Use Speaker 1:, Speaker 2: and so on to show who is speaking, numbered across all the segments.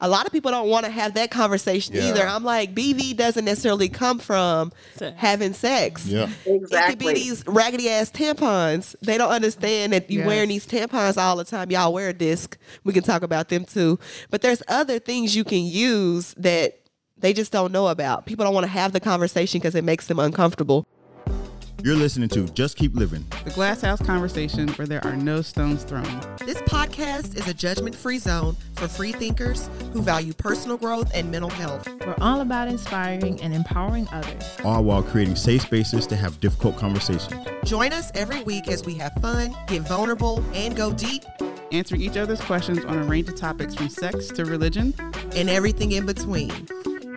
Speaker 1: a lot of people don't want to have that conversation
Speaker 2: Yeah.
Speaker 1: either. I'm like, BV doesn't necessarily come from
Speaker 3: Sex.
Speaker 1: having sex.
Speaker 2: Yeah.
Speaker 1: It could be
Speaker 4: Exactly.
Speaker 1: these raggedy ass tampons. They don't understand that you
Speaker 3: Yes.
Speaker 1: wearing these tampons all the time. Y'all wear a disc. We can talk about them too. But there's other things you can use that they just don't know about. People don't want to have the conversation because it makes them uncomfortable.
Speaker 2: You're listening to Just Keep Living.
Speaker 3: The glass house conversation where there are no stones thrown.
Speaker 1: This podcast is a judgment free zone for free thinkers who value personal growth and mental health.
Speaker 5: We're all about inspiring and empowering others.
Speaker 2: all while creating safe spaces to have difficult conversations.
Speaker 1: Join us every week as we have fun, get vulnerable, and go deep,
Speaker 3: Answering each other's questions on a range of topics from sex to religion.
Speaker 1: and everything in between.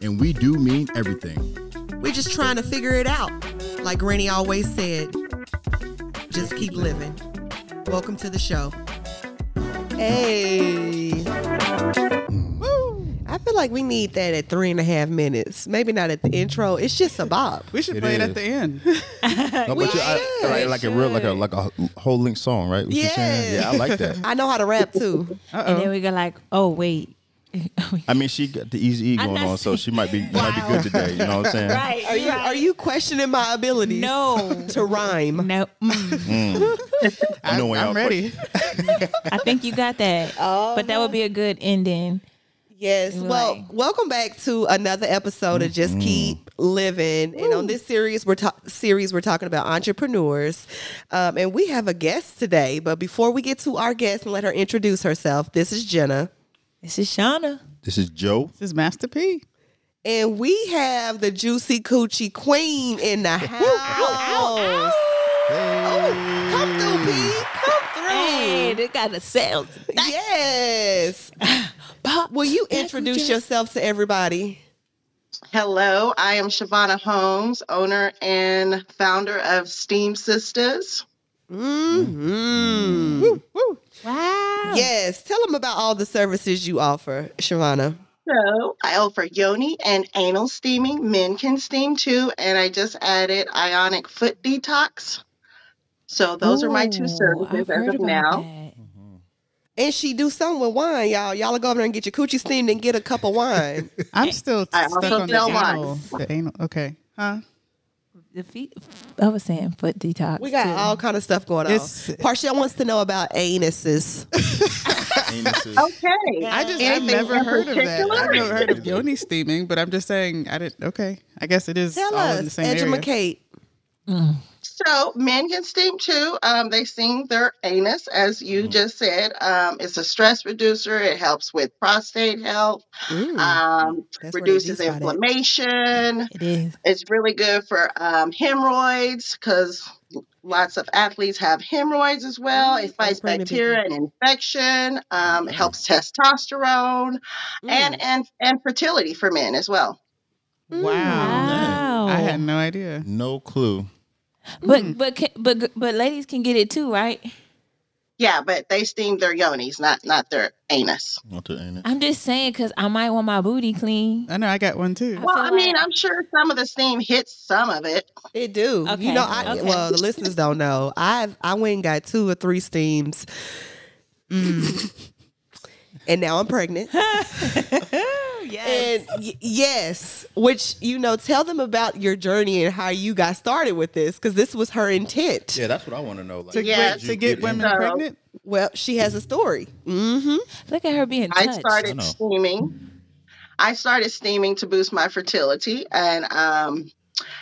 Speaker 2: And we do mean everything.
Speaker 1: We're just trying to figure it out. Like Granny always said, just keep living. Welcome to the show. Hey. I feel like we need that at three and a half minutes. Maybe not at the intro. It's just a bop.
Speaker 3: We should
Speaker 2: It
Speaker 3: play it
Speaker 2: is.
Speaker 3: at the end.
Speaker 2: No, but you, I,
Speaker 1: should.
Speaker 2: like, like a real, like a like a whole link song, right? What you saying?
Speaker 1: Yes.
Speaker 2: Yeah, I like that.
Speaker 1: I know how to rap too.
Speaker 5: And then we go like, oh wait. Oh,
Speaker 2: I mean, she got the easy E
Speaker 5: I'm
Speaker 2: going
Speaker 5: not
Speaker 2: on, so
Speaker 5: saying-
Speaker 2: she might be might be good today. You know what I'm saying?
Speaker 5: right.
Speaker 1: Are you are you questioning my abilities?
Speaker 5: No.
Speaker 1: To rhyme.
Speaker 5: No. mm.
Speaker 2: I know when
Speaker 3: I'm
Speaker 2: y'all-
Speaker 3: ready.
Speaker 5: I think you got that. but that would be a good ending.
Speaker 1: Yes.
Speaker 5: Right.
Speaker 1: Well, welcome back to another episode of Just Keep Living. And on this series, we're ta- series we're talking about entrepreneurs, um, and we have a guest today. But before we get to our guest and let her introduce herself, this is Jenna,
Speaker 5: This is Shauna.
Speaker 2: This is Joe.
Speaker 3: This is Master P.
Speaker 1: and we have the juicy coochie queen in the house. Come through, P. Come through.
Speaker 5: Hey, they got a sales.
Speaker 1: Yes. Will you introduce yourself to everybody?
Speaker 4: Hello, I am Shavana Holmes, owner and founder of Steam Sisters.
Speaker 1: Mm-hmm.
Speaker 5: Wow.
Speaker 1: Yes, tell them about all the services you offer, Shavana.
Speaker 4: So I offer yoni and anal steaming. Men can steam too, and I just added ionic foot detox. So those are my two
Speaker 5: Ooh,
Speaker 4: services
Speaker 5: I've
Speaker 4: as
Speaker 5: heard
Speaker 4: of
Speaker 5: about
Speaker 4: now.
Speaker 5: that.
Speaker 1: And she do something with wine, y'all. Y'all go over there and get your coochie steamed and get a cup of wine.
Speaker 3: I'm still
Speaker 4: I
Speaker 3: stuck
Speaker 4: also
Speaker 3: on the
Speaker 4: feel mine.
Speaker 3: anal. The anal. Okay. Huh?
Speaker 5: The feet. I was saying foot detox.
Speaker 1: We got
Speaker 5: too.
Speaker 1: all kind of stuff going on.
Speaker 3: It's-
Speaker 1: Parshell wants to know about anuses.
Speaker 2: Anuses.
Speaker 4: Okay.
Speaker 3: I just I've
Speaker 4: Anything
Speaker 3: never
Speaker 4: in
Speaker 3: heard of that.
Speaker 4: particular?
Speaker 3: I've never heard of yoni steaming, but I'm just saying I didn't. Okay, I guess it is
Speaker 1: Tell
Speaker 3: all in the
Speaker 1: us,
Speaker 3: same
Speaker 1: Angela
Speaker 3: area.
Speaker 1: Kate.
Speaker 4: So men can steam too. Um, they steam their anus, as you
Speaker 1: Mm-hmm.
Speaker 4: just said. Um, it's a stress reducer. It helps with prostate health. Um,
Speaker 1: That's where they
Speaker 4: reduces
Speaker 1: de-spot at.
Speaker 4: inflammation.
Speaker 5: It is.
Speaker 4: It's really good for um, hemorrhoids because lots of athletes have hemorrhoids as well.
Speaker 1: Mm,
Speaker 4: It fights
Speaker 1: that's really big.
Speaker 4: bacteria and infection. Um, it helps testosterone
Speaker 1: Mm.
Speaker 4: and, and and fertility for men as well.
Speaker 3: Wow,
Speaker 5: Wow.
Speaker 3: I had no idea.
Speaker 2: No clue.
Speaker 5: But but ca- but but ladies can get it too, right?
Speaker 4: Yeah, but they steam their yonis, not not their anus.
Speaker 2: What the anus?
Speaker 5: I'm just saying because I might want my booty clean.
Speaker 3: I know I got one too.
Speaker 4: Well,
Speaker 5: feel
Speaker 4: I mean,
Speaker 5: like-
Speaker 4: I'm sure some of the steam hits some of it.
Speaker 1: It do. You
Speaker 5: Okay,
Speaker 1: know, I
Speaker 5: okay.
Speaker 1: well the listeners don't know. I've I went and got two or three steams. Mm. and now I'm pregnant. yes. And y- yes, which you know, tell them about your journey and how you got started with this, because this was her intent.
Speaker 2: Yeah, that's what I want to know. Like,
Speaker 3: To,
Speaker 4: Yeah.
Speaker 3: wait,
Speaker 2: did you
Speaker 3: to get women
Speaker 2: in-
Speaker 4: No.
Speaker 3: pregnant.
Speaker 1: Well, she has a story. Mm-hmm.
Speaker 5: Look at her being touched.
Speaker 4: I
Speaker 2: I know.
Speaker 4: started steaming. I started steaming to boost my fertility, and um,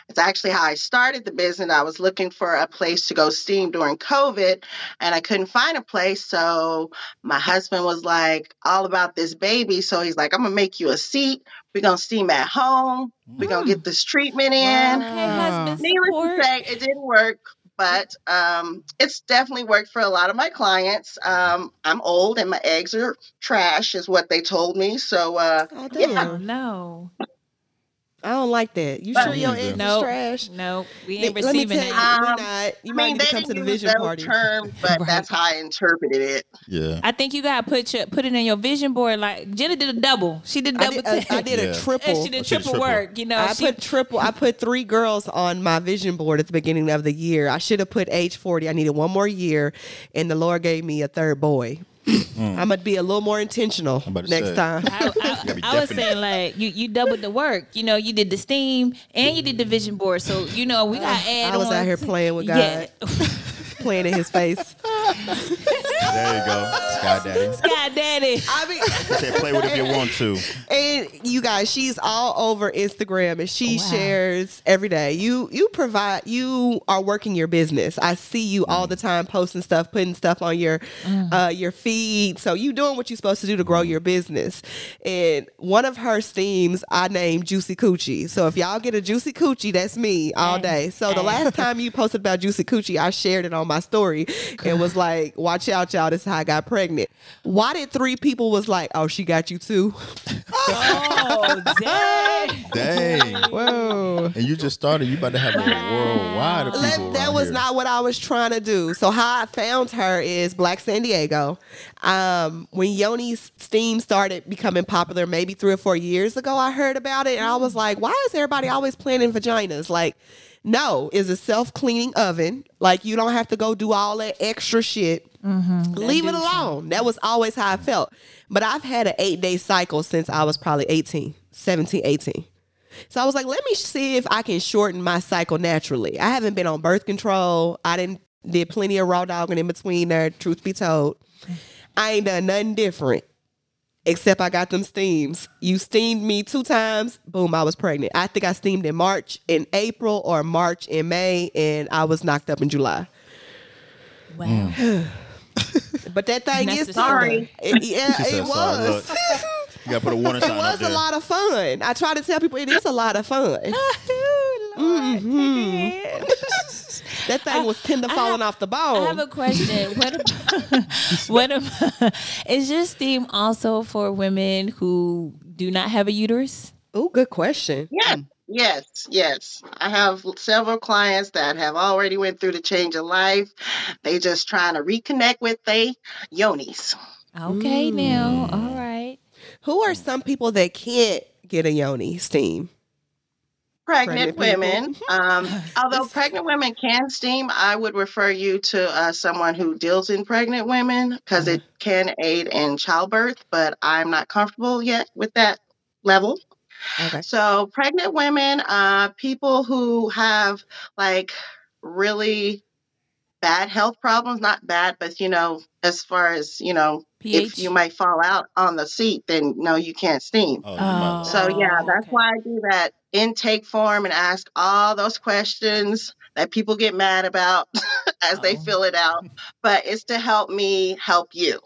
Speaker 4: it's actually how I started the business. I was looking for a place to go steam during COVID, and I couldn't find a place. So my husband was like, "All about this baby," so he's like, "I'm gonna make you a seat. We're gonna steam at home. We're gonna get this treatment in."
Speaker 5: Okay, husband
Speaker 4: Needless
Speaker 5: support.
Speaker 4: to say, it didn't work, but um, it's definitely worked for a lot of my clients. Um, I'm old and my eggs are trash, is what they told me. So uh,
Speaker 1: I do.
Speaker 5: Oh, no,
Speaker 1: I don't like that. You
Speaker 4: But-
Speaker 1: sure your eggs
Speaker 5: no,
Speaker 1: is trash?
Speaker 5: no, we
Speaker 1: Let
Speaker 5: ain't
Speaker 1: me
Speaker 5: receiving
Speaker 1: tell you,
Speaker 5: that.
Speaker 4: Um,
Speaker 1: we're not. You
Speaker 4: I
Speaker 1: might
Speaker 4: mean,
Speaker 1: need
Speaker 4: they
Speaker 1: to come to
Speaker 4: didn't
Speaker 1: the
Speaker 4: use
Speaker 1: vision
Speaker 4: those
Speaker 1: party.
Speaker 4: terms, but
Speaker 5: Right.
Speaker 4: that's how I interpreted it.
Speaker 2: Yeah.
Speaker 5: I think you gotta put your put it in your vision board. Like Jenna did a double. She did a
Speaker 1: I
Speaker 5: double.
Speaker 1: did, a,
Speaker 5: take.
Speaker 1: I did
Speaker 2: Yeah.
Speaker 1: a triple.
Speaker 5: And she did
Speaker 2: she did
Speaker 5: triple,
Speaker 2: triple.
Speaker 5: work. You know,
Speaker 1: I
Speaker 5: she,
Speaker 1: put triple. I put three girls on my vision board at the beginning of the year. I should have put age forty. I needed one more year, and the Lord gave me a third boy. I'm gonna be a little more intentional
Speaker 2: I'm about to
Speaker 1: next
Speaker 2: say.
Speaker 1: time.
Speaker 5: I, I,
Speaker 2: be
Speaker 5: I was
Speaker 2: definite.
Speaker 5: saying like you, you doubled the work. You know, you did the steam and you did the vision board. So you know we got add.
Speaker 1: I was out here playing with God, playing in His face.
Speaker 2: There you go. Sky Daddy.
Speaker 5: God daddy.
Speaker 1: I mean,
Speaker 2: Say play with it if you want to.
Speaker 1: and you guys, she's all over Instagram, and she
Speaker 5: Wow.
Speaker 1: shares every day. You you provide you are working your business. I see you all
Speaker 5: Mm.
Speaker 1: the time posting stuff, putting stuff on your uh, your feed. So you doing what you're supposed to do to grow
Speaker 5: Mm.
Speaker 1: your business. And one of her steams I named Juicy Coochie. So if y'all get a Juicy Coochie, that's me all
Speaker 5: Hey.
Speaker 1: day. So the
Speaker 5: Hey.
Speaker 1: last time you posted about Juicy Coochie, I shared it on my story and was like, "Watch out, y'all! This is how I got pregnant." Why did three people was like, "Oh, she got you too"?
Speaker 5: Oh dang.
Speaker 2: Dang.
Speaker 1: Whoa.
Speaker 2: And you just started. You about to have a worldwide of people.
Speaker 1: Let, that
Speaker 2: around
Speaker 1: was
Speaker 2: here.
Speaker 1: not what I was trying to do. So how I found her is Black San Diego. Um, when Yoni's steam started becoming popular, maybe three or four years ago, I heard about it, and I was like, "Why is everybody always planning vaginas?" Like, no, is a self cleaning oven. Like, you don't have to go do all that extra shit. Leave it alone. That was always how I felt. But I've had an eight day cycle since I was probably 18, 17, 18. So I was like, let me see if I can shorten my cycle naturally. I haven't been on birth control. I didn't did plenty of raw dogging in between there, truth be told. I ain't done nothing different. Except I got them steams. You steamed me two times, boom, I was pregnant. I think I steamed in March in April or March in May, and I was knocked up in July.
Speaker 5: Wow.
Speaker 1: But that thing
Speaker 5: That's
Speaker 1: is
Speaker 5: the
Speaker 1: sorry.
Speaker 5: story.
Speaker 1: It, yeah,
Speaker 2: She said,
Speaker 1: it
Speaker 2: "Sorry,
Speaker 1: was.
Speaker 2: look." You got to put a warning
Speaker 1: It
Speaker 2: sign up
Speaker 1: was
Speaker 2: there.
Speaker 1: a lot of fun. I try to tell people it is a lot of fun. Mm-hmm. That thing was tender falling off the
Speaker 5: I
Speaker 1: bone.
Speaker 4: Oh.
Speaker 5: have a question. What about, what about, is your steam also for women who do not have a uterus?
Speaker 1: Oh, good question.
Speaker 4: Yeah. Yes, yes. I have several clients that have already went through the change of life. They just trying to reconnect with they yonis. Mm.
Speaker 5: Okay, now, all right.
Speaker 1: Who
Speaker 2: Mm.
Speaker 1: are some people that can't get a yoni steam?
Speaker 4: Pregnant,
Speaker 1: Pregnant
Speaker 4: women. Um, although pregnant women can steam, I would refer you to uh, someone who deals in pregnant women because it
Speaker 1: Mm-hmm.
Speaker 4: can aid in childbirth, but I'm not comfortable yet with that level.
Speaker 1: Okay.
Speaker 4: So, pregnant women, uh, people who have like really bad health problems, not bad, but you know, as far as, you know, if
Speaker 5: pH.
Speaker 4: you might fall out on the seat, then no, you can't steam.
Speaker 2: Oh, you might-
Speaker 5: Oh.
Speaker 4: So, yeah,
Speaker 5: Oh,
Speaker 4: that's
Speaker 5: okay.
Speaker 4: why I do that intake form and ask all those questions that people get mad about as they
Speaker 5: Oh.
Speaker 4: fill it out. But it's to help me help you.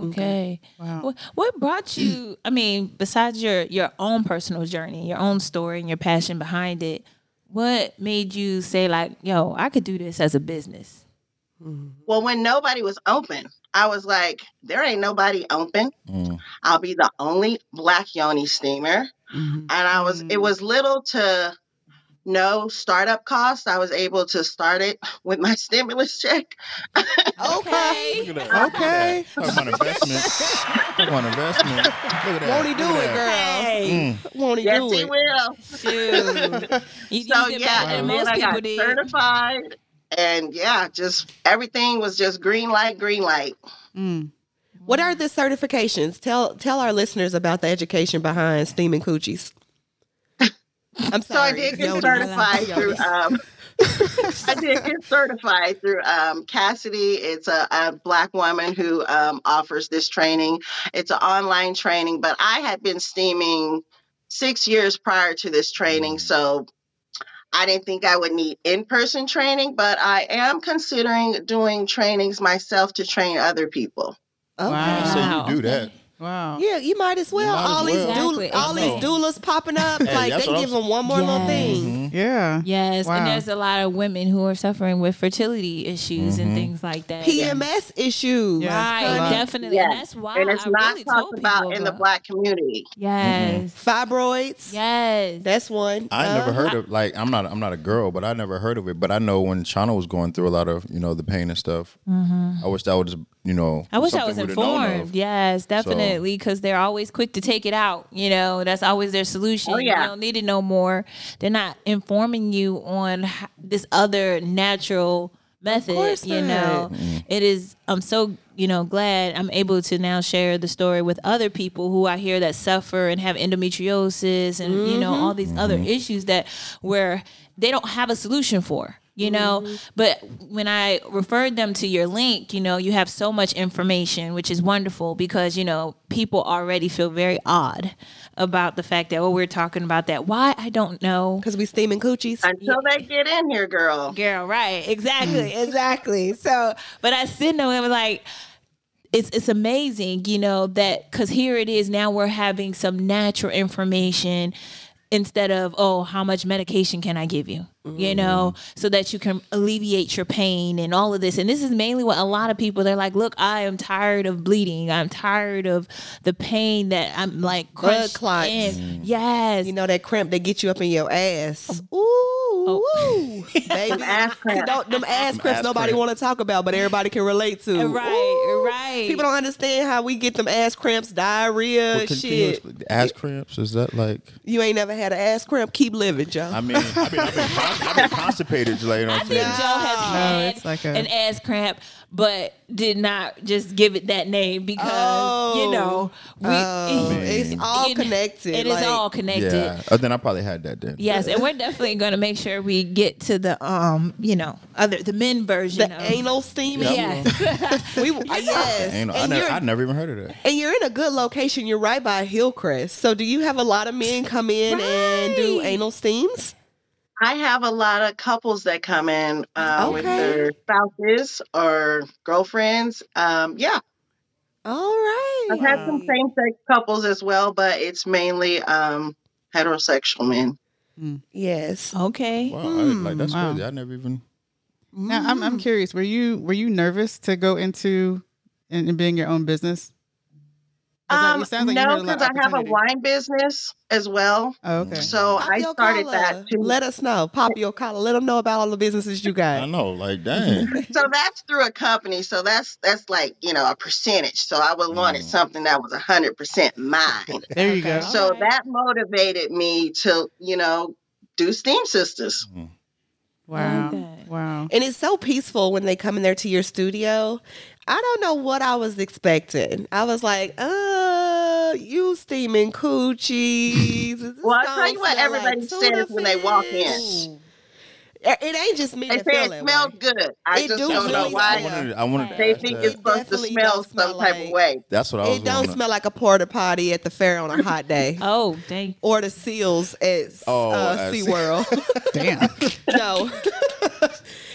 Speaker 5: Okay.
Speaker 3: Wow.
Speaker 5: What, what brought you? I mean, besides your your own personal journey, your own story, and your passion behind it, what made you say like, "Yo, I could do this as a business"?
Speaker 4: Well, when nobody was open, I was like, there ain't nobody open.
Speaker 5: Oh.
Speaker 2: Mm.
Speaker 4: I'll be the only black yoni steamer. And I was, it
Speaker 3: Mm.
Speaker 4: was little to no startup costs. I was able to start it with my stimulus check.
Speaker 2: Look at that.
Speaker 3: Okay.
Speaker 2: Talk about investment. Talk about investment. Look at that.
Speaker 1: Won't he do
Speaker 2: Look
Speaker 1: it,
Speaker 2: at
Speaker 1: girl?
Speaker 2: that.
Speaker 5: Hey,
Speaker 2: Mm.
Speaker 1: Won't he
Speaker 4: Yes,
Speaker 1: do
Speaker 4: he
Speaker 1: it?
Speaker 4: will.
Speaker 5: dude. You, you
Speaker 4: So
Speaker 5: did
Speaker 4: yeah,
Speaker 5: better than
Speaker 4: and then
Speaker 5: most
Speaker 4: I
Speaker 5: people
Speaker 4: got
Speaker 5: did.
Speaker 4: certified, and yeah, just everything was just green light, green light.
Speaker 3: Mm.
Speaker 1: What are the certifications? Tell tell our listeners about the education behind steaming coochies. I'm
Speaker 4: So I
Speaker 1: sorry.
Speaker 4: did get
Speaker 1: Yonis.
Speaker 4: certified
Speaker 1: Yonis.
Speaker 4: through. Um, I did get certified through um, Cassidy. It's a, a black woman who um, offers this training. It's an online training, but I had been steaming six years prior to this training, so I didn't think I would need in person training. But I am considering doing trainings myself to train other people.
Speaker 1: Okay.
Speaker 3: Wow.
Speaker 2: I say you do that.
Speaker 3: Wow.
Speaker 1: Yeah, you might as well.
Speaker 2: might as
Speaker 1: all these
Speaker 5: well.
Speaker 1: doula-
Speaker 5: Exactly,
Speaker 1: all these
Speaker 2: exactly. Oh.
Speaker 1: doulas popping up,
Speaker 2: Hey,
Speaker 1: like
Speaker 2: that's
Speaker 1: they
Speaker 2: what
Speaker 1: give
Speaker 2: I'm-
Speaker 1: them one more little
Speaker 5: Yes.
Speaker 1: thing.
Speaker 2: Mhm.
Speaker 3: Yeah.
Speaker 5: Yes,
Speaker 3: Wow.
Speaker 5: and there's a lot of women who are suffering with fertility issues
Speaker 4: Mm-hmm.
Speaker 5: and things like that.
Speaker 1: PMS issues.
Speaker 3: Yeah.
Speaker 5: Right,
Speaker 3: Yes.
Speaker 5: definitely.
Speaker 4: Yes.
Speaker 5: And that's why
Speaker 4: and it's
Speaker 5: I
Speaker 4: not
Speaker 5: really told
Speaker 4: talked
Speaker 5: people
Speaker 4: about in the black community.
Speaker 1: Mm-hmm.
Speaker 5: Yes,
Speaker 1: Fibroids.
Speaker 5: yes.
Speaker 1: That's one.
Speaker 2: I never
Speaker 1: Uh,
Speaker 2: heard of like I'm not I'm not a girl, but I never heard of it. But I know when Chana was going through a lot of you know the pain and stuff. I wish that was you know.
Speaker 5: Mm-hmm. I wish I
Speaker 2: something we'd
Speaker 5: was
Speaker 2: have known
Speaker 5: informed.
Speaker 2: of.
Speaker 5: Yes, definitely, because they're always quick to take it out. You know, that's always their solution.
Speaker 4: Oh, yeah.
Speaker 5: You don't need it no more. They're not informing you on h- this other natural method.
Speaker 1: course
Speaker 5: you know,
Speaker 1: not.
Speaker 5: Mm-hmm. It is. I'm so you know glad I'm able to now share the story with other people who I hear that suffer and have endometriosis and you know all these other issues that where they don't have a solution for. You know, but when I referred them to your link, you know, you have so much information, which is wonderful because, you know, people already feel very odd about the fact that, oh, we're talking about that. Why? I don't know.
Speaker 1: Because we steaming coochies.
Speaker 4: Until they get in here, girl.
Speaker 5: Girl, right. Exactly. Exactly. So, but I sit there and was like, it's it's amazing, you know, that because here it is now we're having some natural information instead of oh how much medication can i give you you
Speaker 1: Mm.
Speaker 5: know so that you can alleviate your pain and all of this and this is mainly what a lot of people they're like look i am tired of bleeding i'm tired of the pain that i'm like
Speaker 1: Blood
Speaker 5: crunched
Speaker 1: clots. Mm.
Speaker 5: in. yes
Speaker 1: You know that cramp that get you up in your ass. Ooh, ooh, baby.
Speaker 4: Ass
Speaker 1: See,
Speaker 4: cramp.
Speaker 1: don't, them ass cramps
Speaker 2: ass
Speaker 1: nobody
Speaker 2: cramp.
Speaker 1: want to talk about, but everybody can relate to.
Speaker 5: right
Speaker 1: Ooh.
Speaker 5: right
Speaker 1: People don't understand how we get them ass cramps, diarrhea,
Speaker 2: Well, can- can you
Speaker 1: shit. You,
Speaker 2: expl- ass cramps? Is that like?
Speaker 1: ain't never had an ass cramp. Keep living, Joe.
Speaker 2: I mean, I've been, I've been, con- I've been constipated. Like, you know what I'm
Speaker 5: think
Speaker 2: saying?
Speaker 5: Joe has
Speaker 3: No,
Speaker 5: had
Speaker 3: it's like a-
Speaker 5: an ass cramp, but did not just give it that name because you know we.
Speaker 1: Oh, it's all
Speaker 5: it-
Speaker 1: connected.
Speaker 5: It is
Speaker 1: like-
Speaker 5: all connected.
Speaker 2: Yeah. Uh, then I probably had that then.
Speaker 5: Yes, and we're definitely going to make sure we get to the um, you know, other the men version.
Speaker 1: The
Speaker 5: of,
Speaker 1: anal steaming.
Speaker 5: Yes.
Speaker 1: We, uh, yes.
Speaker 2: Ain't no, I,
Speaker 1: and,
Speaker 2: never,
Speaker 1: you're,
Speaker 2: I never even heard of that.
Speaker 1: and you're in a good location. You're right by Hillcrest. So, do you have a lot of men come in and do
Speaker 5: Right.
Speaker 1: anal steams?
Speaker 4: I have a lot of couples that come in uh, with
Speaker 1: Okay.
Speaker 4: their spouses or girlfriends. Um, yeah,
Speaker 1: All right.
Speaker 4: I've had some same sex couples as well, but it's mainly um, heterosexual men.
Speaker 1: Yes.
Speaker 5: okay.
Speaker 2: Wow, I, like that's
Speaker 1: Hmm,
Speaker 3: Wow.
Speaker 2: crazy. I never even.
Speaker 3: Now I'm I'm curious. Were you were you nervous to go into and, and being your own business? 'Cause, like,
Speaker 4: Um,
Speaker 3: it sounds like you had
Speaker 4: no,
Speaker 3: a lot of
Speaker 4: because I have a
Speaker 3: opportunity.
Speaker 4: wine business as well.
Speaker 3: Oh, okay.
Speaker 4: So
Speaker 1: Pop
Speaker 4: I
Speaker 1: your
Speaker 4: started
Speaker 1: collar.
Speaker 4: that too.
Speaker 1: Let us know. Pop your collar. Let them know about all the businesses you
Speaker 2: I
Speaker 1: got.
Speaker 2: know, like, dang.
Speaker 4: so that's through a company. So that's that's like you know a percentage. So I would wanted
Speaker 2: Mm.
Speaker 4: something that was hundred percent mine.
Speaker 3: There you
Speaker 5: Okay.
Speaker 3: go.
Speaker 4: so
Speaker 5: Alright.
Speaker 4: that motivated me to you know do Steam Sisters.
Speaker 3: Wow.
Speaker 5: that.
Speaker 3: Wow.
Speaker 1: And it's so peaceful when they come in there to your studio. I don't know what I was expecting. I was like, uh, you steaming coochies. This
Speaker 4: Well, I'll
Speaker 1: don't
Speaker 4: tell you what
Speaker 1: smell like
Speaker 4: everybody says
Speaker 1: tuna
Speaker 4: when they walk in.
Speaker 1: fish. It it ain't just me
Speaker 4: They
Speaker 1: that
Speaker 4: say
Speaker 1: feel
Speaker 4: it
Speaker 1: that
Speaker 4: smells
Speaker 1: way.
Speaker 4: good. I
Speaker 1: It
Speaker 4: just
Speaker 1: do
Speaker 4: don't know
Speaker 1: really
Speaker 2: I
Speaker 1: smell.
Speaker 4: why
Speaker 2: wanted. I wanted. to
Speaker 4: they
Speaker 2: ask
Speaker 4: think
Speaker 2: that.
Speaker 4: it's supposed to
Speaker 1: definitely
Speaker 4: smell
Speaker 1: don't smell
Speaker 4: some type
Speaker 1: like-
Speaker 4: of way.
Speaker 2: That's what I was.
Speaker 1: It don't
Speaker 2: gonna-
Speaker 1: smell like a porta potty at the fair on a hot day.
Speaker 4: Uh,
Speaker 5: Oh, thank
Speaker 1: Or the seals at
Speaker 2: Oh,
Speaker 1: uh,
Speaker 2: at Sea-
Speaker 1: SeaWorld.
Speaker 3: Damn.
Speaker 1: No.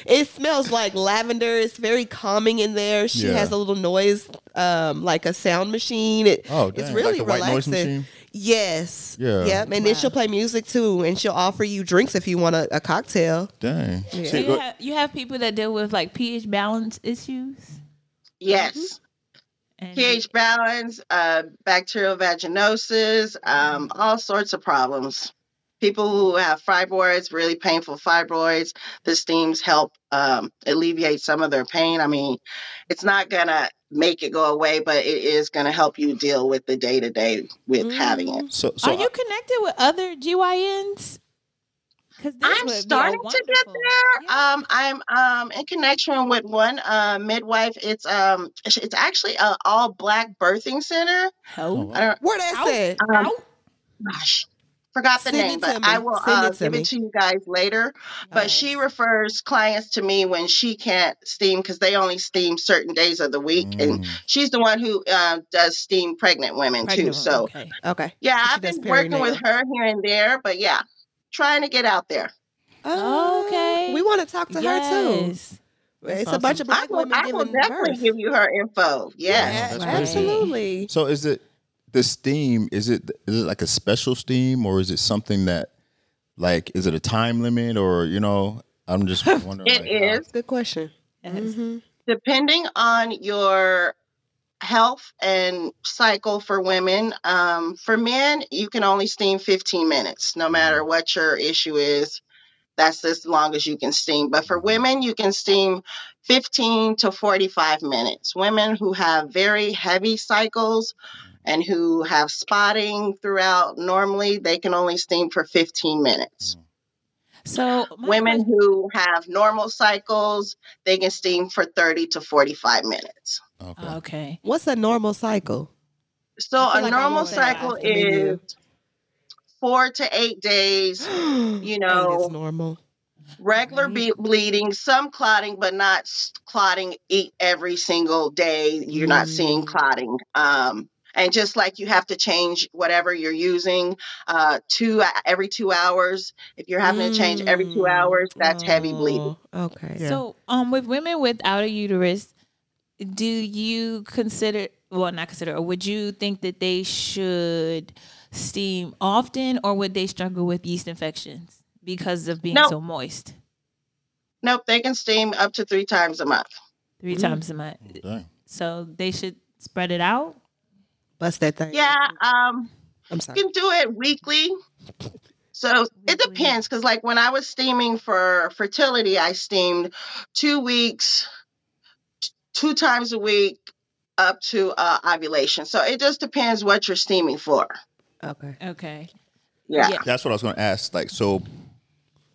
Speaker 1: it smells like lavender. It's very calming in there. She
Speaker 2: Yeah.
Speaker 1: has a little noise, um, like a sound machine. It,
Speaker 2: Oh,
Speaker 1: it's
Speaker 2: dang,
Speaker 1: really
Speaker 2: like the white noise
Speaker 1: relaxing.
Speaker 2: machine?
Speaker 1: Yes.
Speaker 2: Yeah.
Speaker 1: Yep. And then she'll play music too, and she'll offer you drinks if you want a, a cocktail.
Speaker 2: Dang.
Speaker 5: So
Speaker 2: See,
Speaker 5: you
Speaker 2: go-
Speaker 5: have you have people that deal with like pH balance issues.
Speaker 4: Yes.
Speaker 1: Mm-hmm.
Speaker 5: And
Speaker 4: pH balance, uh, bacterial vaginosis, um, all sorts of problems. People who have fibroids, really painful fibroids, the steams help um, alleviate some of their pain. I mean, it's not going to make it go away, but it is going to help you deal with the day to day with having it.
Speaker 2: so, so
Speaker 5: Are you connected with other GYNs? Because
Speaker 4: I'm starting to get there. Um, I'm um, in connection with one uh, midwife. It's um, it's actually a all black birthing center.
Speaker 5: Oh,
Speaker 4: I don't
Speaker 1: Where that's
Speaker 5: Ow.
Speaker 1: at?
Speaker 4: Um, gosh, forgot the
Speaker 1: Send it
Speaker 4: name,
Speaker 1: to
Speaker 4: but
Speaker 1: me.
Speaker 4: I will
Speaker 1: Send
Speaker 4: uh,
Speaker 1: it to
Speaker 4: give
Speaker 1: me.
Speaker 4: it to you guys later. But she refers clients to me when she can't steam because they only steam certain days of the week,
Speaker 1: Mm.
Speaker 4: and
Speaker 2: Mm.
Speaker 4: she's the one who uh, does steam pregnant women too.
Speaker 5: Pregnant woman,
Speaker 4: So
Speaker 5: okay.
Speaker 1: Okay.
Speaker 4: yeah,
Speaker 1: So she
Speaker 4: I've
Speaker 1: does
Speaker 4: been working with
Speaker 1: perinatal.
Speaker 4: her here and there, but yeah, trying to get out there.
Speaker 1: Oh,
Speaker 5: Okay.
Speaker 1: We want to talk to her too.
Speaker 5: yes.
Speaker 1: it's a
Speaker 3: awesome.
Speaker 1: bunch of
Speaker 4: I
Speaker 1: black
Speaker 4: will,
Speaker 1: women
Speaker 4: I will
Speaker 1: giving
Speaker 4: definitely
Speaker 1: birth.
Speaker 4: give you her info. Yes.
Speaker 1: Yeah,
Speaker 2: That's crazy.
Speaker 1: absolutely.
Speaker 2: so is it the steam? Is it is it like a special steam, or is it something that like is it a time limit, or you know? I'm just wondering.
Speaker 4: it
Speaker 2: like,
Speaker 4: is.
Speaker 2: how-
Speaker 1: Good question.
Speaker 5: Yes.
Speaker 1: Mhm.
Speaker 4: depending on your health and cycle for women um, for men you can only steam 15 minutes no
Speaker 1: Mm-hmm.
Speaker 4: matter what your issue is that's as long as you can steam but for women you can steam 15 to 45 minutes women who have very heavy cycles
Speaker 1: Mm-hmm.
Speaker 4: and who have spotting throughout normally they can only steam for 15 minutes
Speaker 5: So my
Speaker 4: Women who have normal cycles, they can steam for 30 to 45 minutes.
Speaker 2: Okay.
Speaker 5: question- oh,
Speaker 1: Uh,
Speaker 5: Okay.
Speaker 1: What's a normal cycle?
Speaker 4: So
Speaker 1: I
Speaker 4: a
Speaker 1: feel like I
Speaker 4: normal
Speaker 1: want that
Speaker 4: cycle
Speaker 1: after me
Speaker 4: is
Speaker 1: too.
Speaker 4: four to eight days.
Speaker 1: you
Speaker 4: know,
Speaker 1: normal.
Speaker 4: Regular
Speaker 1: Mm-hmm.
Speaker 5: Okay.
Speaker 4: be- bleeding, some clotting, but not s- clotting e- every single day. You're not seeing
Speaker 1: Mm.
Speaker 4: clotting. Um, and just like you have to change whatever you're using uh, two every two hours. If you're having to change every two
Speaker 1: Mm.
Speaker 4: hours, that's heavy bleeding.
Speaker 1: Oh, Okay.
Speaker 3: Yeah.
Speaker 5: So, um, with women without a uterus, do you consider? Well, not consider, or would you think that they should steam often, or would they struggle with yeast infections because of being
Speaker 4: No.
Speaker 5: so moist
Speaker 4: Nope, they can steam up to three times a month.
Speaker 5: 3
Speaker 1: Mm.
Speaker 5: times a month?
Speaker 2: Dang.
Speaker 5: So they should spread it out.
Speaker 1: Bust that thing.
Speaker 4: Yeah, um,
Speaker 1: I'm
Speaker 4: you
Speaker 1: sorry.
Speaker 4: can do it weekly. So it
Speaker 5: Weekly.
Speaker 4: depends, because like when I was steaming for fertility, I steamed two weeks, t- two times a week, up to uh, ovulation. So it just depends what you're steaming for.
Speaker 1: Okay.
Speaker 5: Okay.
Speaker 4: Yeah.
Speaker 2: That's what I was going to ask. Like, so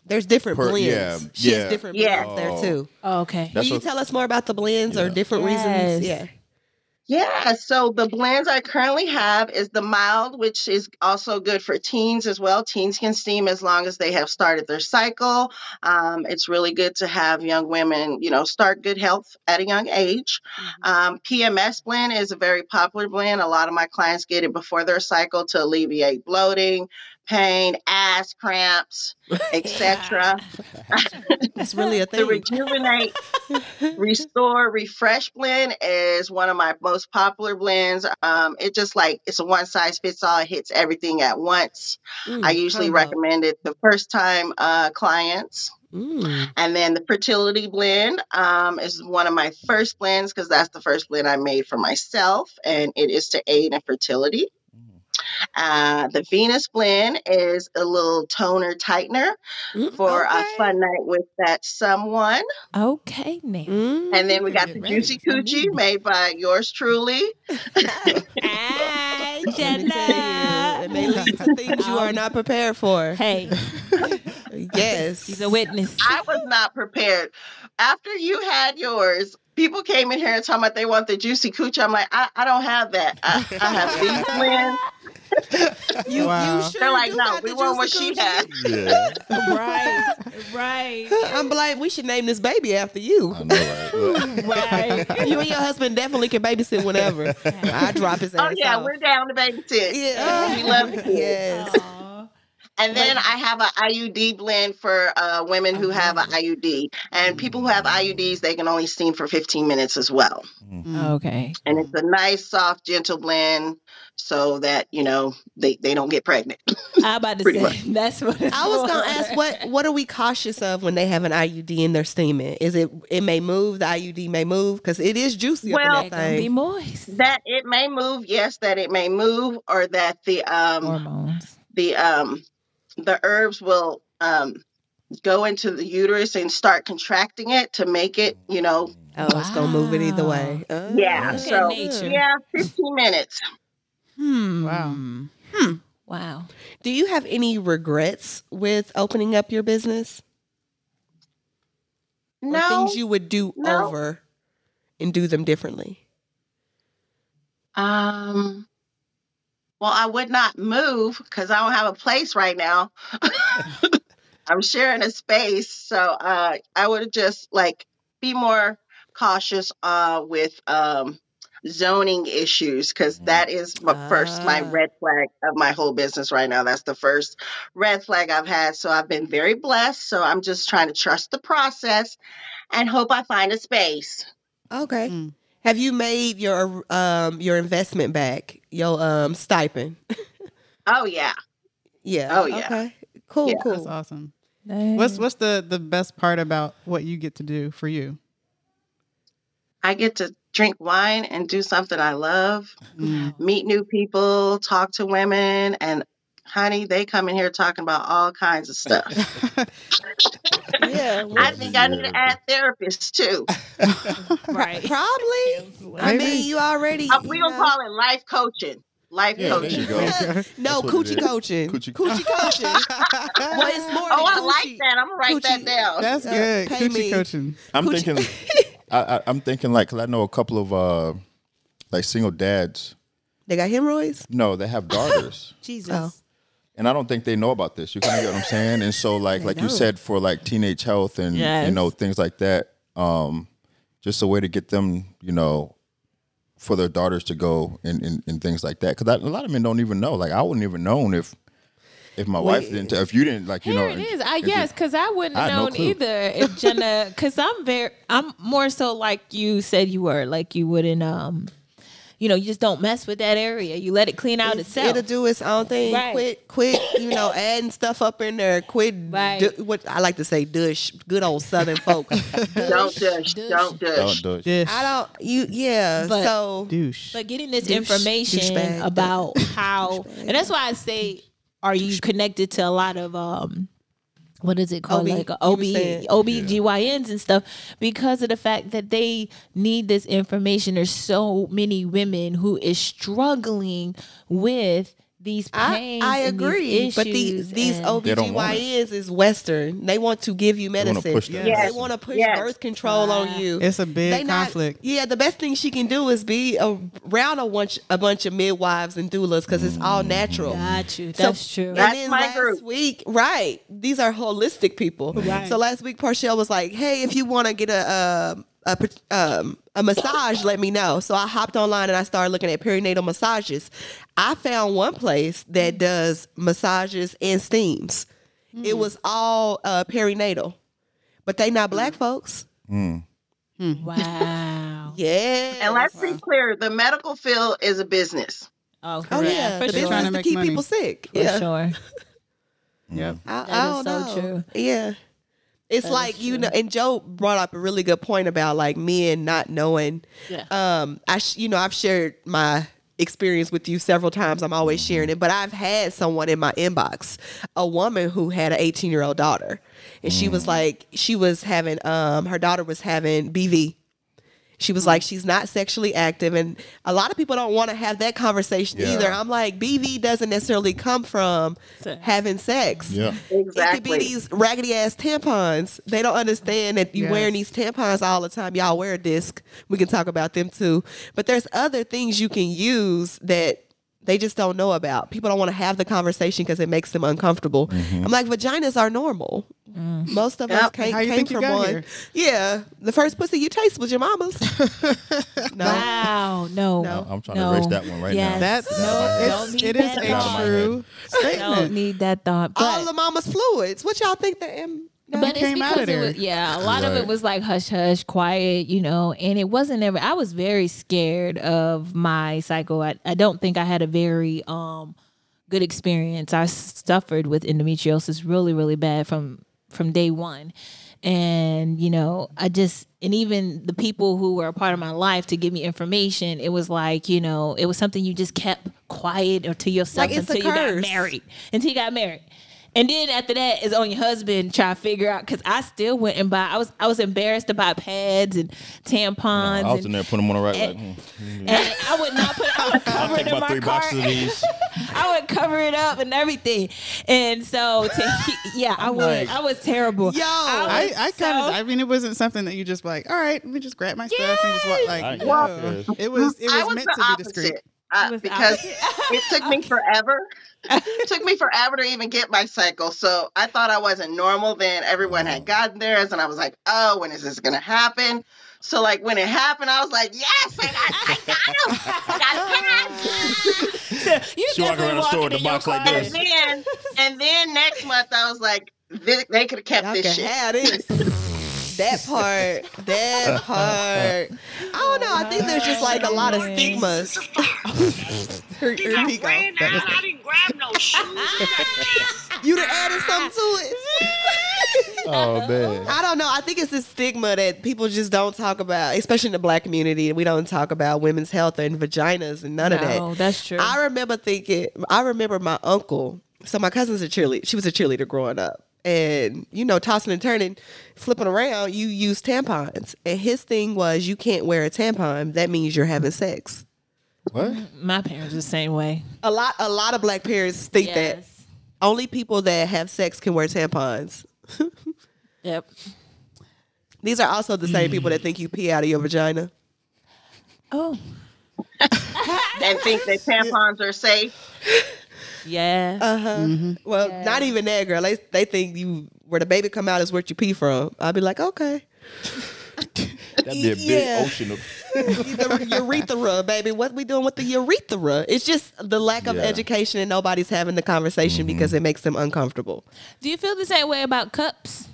Speaker 1: There's different
Speaker 2: Per-
Speaker 1: blends.
Speaker 2: yeah,
Speaker 1: She has
Speaker 2: yeah.
Speaker 1: different
Speaker 4: Yeah.
Speaker 1: blends there
Speaker 2: Oh.
Speaker 1: too.
Speaker 5: okay.
Speaker 2: that's
Speaker 1: Can you
Speaker 2: what,
Speaker 1: tell us more about the blends or
Speaker 2: Yeah.
Speaker 1: different
Speaker 5: Yes.
Speaker 1: reasons? Yeah.
Speaker 4: Yeah, so the blends I currently have is the mild, which is also good for teens as well. Teens can steam as long as they have started their cycle. Um, it's really good to have young women, you know, start good health at a young age. Um, PMS blend is a very popular blend. A lot of my clients get it before their cycle to alleviate bloating, pain, ass cramps, etc.
Speaker 1: That's really a
Speaker 4: The
Speaker 1: thing.
Speaker 4: rejuvenate Restore Refresh Blend is one of my most popular blends. Um, it just like it's a one size fits all. It hits everything at once.
Speaker 1: Mm,
Speaker 4: I usually
Speaker 1: combo.
Speaker 4: recommend it the first time uh, clients,
Speaker 1: Mm.
Speaker 4: and then the Fertility Blend um, is one of my first blends because that's the first blend I made for myself, and it is to aid in fertility.
Speaker 1: Mm.
Speaker 4: Uh, the Venus Blend is a little toner tightener
Speaker 1: Mm,
Speaker 4: for a
Speaker 1: okay.
Speaker 4: fun night with that someone.
Speaker 5: Okay, now.
Speaker 1: Mm.
Speaker 4: And then we got
Speaker 2: Get
Speaker 4: the
Speaker 2: ready
Speaker 4: Juicy
Speaker 2: for me.
Speaker 4: Coochie made by yours truly.
Speaker 5: Hi,
Speaker 1: Let me tell you, it may
Speaker 5: Jenna.
Speaker 1: lead to things you are not prepared for.
Speaker 5: Hey,
Speaker 1: Yes.
Speaker 5: she's a witness.
Speaker 4: I was not prepared. After you had yours, people came in here and talking about they want the Juicy Coochie. I'm like, I, I don't have that. I, I have these blends.
Speaker 1: You,
Speaker 3: Wow.
Speaker 1: you sure
Speaker 4: They're like,
Speaker 1: do
Speaker 4: no,
Speaker 1: got
Speaker 4: we
Speaker 1: the
Speaker 4: want what
Speaker 1: juicy
Speaker 4: she
Speaker 1: coochie.
Speaker 4: had.
Speaker 2: yeah.
Speaker 5: right, right,
Speaker 1: I'm like, we should name this baby after you.
Speaker 2: I know, right? Look.
Speaker 5: right.
Speaker 1: You and your husband definitely can babysit whenever. I drop his ass.
Speaker 4: Oh, yeah,
Speaker 1: off.
Speaker 4: we're down to babysit.
Speaker 1: Yeah.
Speaker 4: We love the kids.
Speaker 1: Yes.
Speaker 5: Aw.
Speaker 4: And then I have an IUD blend for uh, women who have
Speaker 1: Uh-huh.
Speaker 4: an IUD. And people who have IUDs, they can only steam for 15 minutes as well.
Speaker 5: Okay.
Speaker 4: And
Speaker 1: Mm-hmm.
Speaker 4: it's a nice, soft, gentle blend so that, you know, they, they don't get pregnant.
Speaker 5: I'm about to
Speaker 4: Pretty
Speaker 5: say
Speaker 4: much.
Speaker 5: that's what it's
Speaker 1: I was gonna
Speaker 5: for.
Speaker 1: ask what what are we cautious of when they have an IUD in their semen? Is it it may move the IUD may move because it is juicy
Speaker 4: Well-
Speaker 1: up
Speaker 5: That
Speaker 1: in
Speaker 5: gonna
Speaker 1: that
Speaker 5: be
Speaker 1: thing.
Speaker 5: moist.
Speaker 4: that it may move yes that it may move or that the um
Speaker 5: Hormones.
Speaker 4: the um the herbs will um go into the uterus and start contracting it to make it you know
Speaker 1: Oh, it's gonna move it either way. Oh,
Speaker 4: Yeah,
Speaker 5: Look
Speaker 4: so-
Speaker 5: at nature.
Speaker 4: yeah 15 minutes
Speaker 3: Hmm. Wow.
Speaker 5: Wow.
Speaker 1: do you have any regrets with opening up your business? Or
Speaker 4: no
Speaker 1: things you would do
Speaker 4: No.
Speaker 1: over and do them differently.
Speaker 4: um well i would not move because i don't have a place right now i'm sharing a space so uh i would just like be more cautious uh with um zoning issues because
Speaker 2: Mhm.
Speaker 4: that is my first my
Speaker 1: Ah.
Speaker 4: red flag of my whole business right now that's the first red flag i've had so i've been very blessed so i'm just trying to trust the process and hope i find a space
Speaker 1: Okay.
Speaker 3: Mm.
Speaker 1: Have you made your um your investment back? Your um stipend?
Speaker 4: oh yeah
Speaker 1: Yeah.
Speaker 4: Oh, yeah.
Speaker 1: Okay. Cool.
Speaker 4: Yeah.
Speaker 3: That's
Speaker 1: Cool.
Speaker 3: awesome. What's what's the the best part about what you get to do for you?
Speaker 4: i get to drink wine and do something i love
Speaker 3: Mm.
Speaker 2: Uh-huh.
Speaker 4: meet new people, talk to women, and honey, they come in here talking about all kinds of stuff.
Speaker 1: Yeah.
Speaker 4: I think I need to add therapists too.
Speaker 5: right?
Speaker 1: Probably. I
Speaker 3: Maybe.
Speaker 1: mean, you already.
Speaker 4: Uh,
Speaker 1: you
Speaker 4: we gonna
Speaker 1: know.
Speaker 4: call it life coaching. Life
Speaker 2: Yeah, there
Speaker 4: coaching.
Speaker 2: you go.
Speaker 1: no,
Speaker 2: That's what it
Speaker 1: coochie
Speaker 2: is.
Speaker 1: coaching.
Speaker 2: Coochie-
Speaker 1: Coochie, coaching. well, it's more.
Speaker 4: Oh,
Speaker 1: than
Speaker 4: I like
Speaker 1: coochie.
Speaker 4: that. I'm gonna write that
Speaker 1: Coochie.
Speaker 4: down.
Speaker 3: That's
Speaker 1: Uh,
Speaker 3: good.
Speaker 1: pay
Speaker 3: Coochie
Speaker 1: me.
Speaker 3: coaching.
Speaker 2: I'm
Speaker 1: Coochie-
Speaker 2: thinking, I, I, I'm thinking like, cause I know a couple of uh, like single dads.
Speaker 1: They got hemorrhoids.
Speaker 2: No, they have daughters,
Speaker 6: Jesus.
Speaker 1: Oh.
Speaker 2: and I don't think they know about this. You kind of get what I'm saying. And so, like, like you
Speaker 1: don't.
Speaker 2: said, for like teenage health and you
Speaker 5: Yes.
Speaker 2: know things like that, um, just a way to get them, you know, for their daughters to go and and, and things like that. Because a lot of men don't even know. Like, I wouldn't even known if if my wife didn't, if you didn't, like, you
Speaker 5: Here
Speaker 2: know,
Speaker 5: it is. I yes, because I wouldn't
Speaker 2: I
Speaker 5: have
Speaker 2: had no
Speaker 5: known
Speaker 2: clue.
Speaker 5: either if Jenna. Because I'm very, I'm more so like you said you were, like you wouldn't, um, you know, you just don't mess with that area. You let it clean out itself.
Speaker 1: It'll do its own thing.
Speaker 5: Right.
Speaker 1: Quit, quit, you know, adding stuff up in there. Quit,
Speaker 5: Right.
Speaker 1: du- what I like to say, dush, good old Southern folk.
Speaker 4: Don't dish.
Speaker 5: Douche.
Speaker 4: Don't dish.
Speaker 2: don't do it.
Speaker 3: Dish.
Speaker 1: I don't, you, yeah.
Speaker 5: But-
Speaker 1: so,
Speaker 3: douche.
Speaker 5: But getting this
Speaker 1: Douche-
Speaker 5: information
Speaker 1: douchebag.
Speaker 5: about how, and that's why I say, are you connected to a lot of um, what is it called,
Speaker 1: OB,
Speaker 5: like a
Speaker 1: you
Speaker 5: OB,
Speaker 1: were saying.
Speaker 5: OBGYNs and stuff, because of the fact that they need this information. There's so many women who is struggling with these
Speaker 1: I,
Speaker 5: pains.
Speaker 1: I
Speaker 5: and
Speaker 1: agree,
Speaker 5: these
Speaker 1: but the,
Speaker 5: issues
Speaker 1: these
Speaker 5: and-
Speaker 2: They don't want it.
Speaker 1: OBGYNs is Western. They want to give you
Speaker 2: wanna
Speaker 1: medicine.
Speaker 2: push that
Speaker 4: Yes.
Speaker 1: They want to push
Speaker 4: Yes.
Speaker 1: birth control on you.
Speaker 3: It's a big
Speaker 1: They not-
Speaker 3: conflict.
Speaker 1: yeah, the best thing she can do is be around a bunch a bunch of midwives and doulas because it's all natural.
Speaker 5: Got you.
Speaker 1: So-
Speaker 5: That's true.
Speaker 1: And
Speaker 4: That's
Speaker 1: then
Speaker 4: my
Speaker 1: last
Speaker 4: group.
Speaker 1: week, right? These are holistic people. So last week, Parshell was like, "Hey, if you want to get a um, a pr- um, a massage, let me know." So I hopped online and I started looking at perinatal massages. I found one place that
Speaker 5: Mm.
Speaker 1: does massages and steams. It was all uh, perinatal, but they not black
Speaker 5: Mm.
Speaker 1: folks.
Speaker 5: wow.
Speaker 1: Yeah.
Speaker 4: And let's be clear, the medical field is a business.
Speaker 5: Oh,
Speaker 1: Oh
Speaker 5: correct.
Speaker 1: yeah,
Speaker 5: For
Speaker 1: the
Speaker 5: sure.
Speaker 1: business
Speaker 3: Tryna
Speaker 1: to
Speaker 3: make
Speaker 1: keep
Speaker 3: money.
Speaker 1: people sick.
Speaker 5: For
Speaker 1: yeah.
Speaker 5: sure.
Speaker 3: Yep.
Speaker 1: I,
Speaker 5: That
Speaker 1: I don't
Speaker 5: is so
Speaker 1: know.
Speaker 5: true.
Speaker 1: Yeah. It's
Speaker 5: That is
Speaker 1: like you
Speaker 5: true.
Speaker 1: know, and Joe brought up a really good point about like men not knowing.
Speaker 5: Yeah.
Speaker 1: Um, I sh- you know I've shared my experience with you several times. I'm always sharing it, but I've had someone in my inbox, a woman who had an 18 year old daughter, and she was like, she was having um, her daughter was having BV. She was like, she's not sexually active. And a lot of people don't want to have that conversation
Speaker 2: Yeah.
Speaker 1: either. I'm like, BV doesn't necessarily come from
Speaker 5: Sex.
Speaker 1: having sex.
Speaker 2: Yeah.
Speaker 4: Exactly.
Speaker 1: It could be these raggedy ass tampons. They don't understand that you're
Speaker 3: Yes.
Speaker 1: wearing these tampons all the time. Y'all wear a disc. We can talk about them too. But there's other things you can use that they just don't know about. People don't want to have the conversation because it makes them uncomfortable. I'm like, vaginas are normal. Most of us
Speaker 4: Yep.
Speaker 1: came,
Speaker 3: Mm. How you
Speaker 1: came
Speaker 3: think you
Speaker 1: from
Speaker 3: got
Speaker 1: one.
Speaker 3: here?
Speaker 1: Yeah, the first pussy you taste was your mama's. no,
Speaker 5: Wow. No.
Speaker 1: No.
Speaker 2: I'm trying to erase that one right now.
Speaker 3: That's
Speaker 2: No,
Speaker 3: it's,
Speaker 5: don't
Speaker 3: it
Speaker 5: need
Speaker 3: is
Speaker 5: that
Speaker 2: Out of my
Speaker 3: a true
Speaker 5: Don't
Speaker 3: statement.
Speaker 5: need that thought.
Speaker 1: all
Speaker 5: But,
Speaker 1: the mama's fluids. What y'all think that? am- no.
Speaker 5: but it's
Speaker 3: came out
Speaker 5: because
Speaker 3: of
Speaker 5: it
Speaker 3: there.
Speaker 5: was, yeah, a lot of
Speaker 2: Right.
Speaker 5: it was like hush hush, quiet, you know, and it wasn't ever. I was very scared of my cycle. I, I don't think I had a very um good experience. I suffered with endometriosis really, really bad from from day one. And you know, I just and even the people who were a part of my life to give me information, it was like you know, it was something you just kept quiet or to yourself
Speaker 1: Like, it's a
Speaker 5: until you got
Speaker 1: curse.
Speaker 5: married. Until you got married, and then after that is on your husband trying to figure out. Because I still went and buy. I was I was embarrassed to buy pads and tampons.
Speaker 2: I was
Speaker 5: and,
Speaker 2: in there putting them on the right. Like,
Speaker 5: and-
Speaker 2: hmm.
Speaker 5: and I would not put. I would cover
Speaker 2: Take
Speaker 5: it in
Speaker 2: about
Speaker 5: my
Speaker 2: three
Speaker 5: cart.
Speaker 2: boxes of these.
Speaker 5: I would cover it up and everything. And so, to, yeah, I would.
Speaker 2: like-
Speaker 5: I was terrible.
Speaker 1: Yo,
Speaker 3: I,
Speaker 5: I,
Speaker 3: I kind of,
Speaker 5: so-
Speaker 3: I mean, it wasn't something that you just like, all right, let me just grab my stuff and just walk. Like,
Speaker 2: Yes.
Speaker 3: no. it was, it
Speaker 4: I
Speaker 3: was
Speaker 4: was
Speaker 3: meant
Speaker 4: the
Speaker 3: to be discreet.
Speaker 4: opposite. Uh,
Speaker 5: It was the
Speaker 4: because
Speaker 5: opposite.
Speaker 4: it took me forever. it took me forever to even get my cycle. So I thought I wasn't normal then. Everyone had gotten theirs, and I was like, oh, when is this going to happen? So, like, when it happened, I was like, yes, I got, I got 'em. I got 'em.
Speaker 5: you
Speaker 2: She walking
Speaker 5: definitely
Speaker 2: around the store
Speaker 5: walking
Speaker 2: with the
Speaker 5: in your
Speaker 2: box like
Speaker 5: car.
Speaker 2: this.
Speaker 4: And then, and then next month, I was like, they, they could have kept
Speaker 1: Y'all can
Speaker 4: this shit.
Speaker 1: have this. that part. That part. I don't know. I think there's just like a lot of stigmas. Here- here
Speaker 7: I
Speaker 1: we go.
Speaker 7: ran out. I didn't grab no shoes.
Speaker 1: You done added something to it.
Speaker 2: Oh man.
Speaker 1: I don't know. I think it's a stigma that people just don't talk about, especially in the black community. We don't talk about women's health and vaginas and none of that.
Speaker 5: No, that's true.
Speaker 1: I remember thinking, I remember my uncle. So my cousin's a cheerleader. She was a cheerleader growing up. And, you know, tossing and turning, flipping around, you use tampons. And his thing was, you can't wear a tampon. That means you're having sex.
Speaker 2: What?
Speaker 5: My parents were the same way.
Speaker 1: A lot, a lot of black parents think that
Speaker 5: Yes.
Speaker 1: only people that have sex can wear tampons.
Speaker 5: Yep.
Speaker 1: These are also the same people that think you pee out of your vagina.
Speaker 5: Oh.
Speaker 4: and think that tampons are safe.
Speaker 5: Yeah.
Speaker 1: Uh huh. Well, not even that, girl. They they think you where the baby come out is where you pee from. I'd be like, okay,
Speaker 2: That'd be a big
Speaker 1: Yeah.
Speaker 2: ocean of.
Speaker 1: the urethra, baby. What we doing with the urethra? It's just the lack of
Speaker 2: Yeah.
Speaker 1: education and nobody's having the conversation because it makes them uncomfortable.
Speaker 5: Do you feel the same way about cups?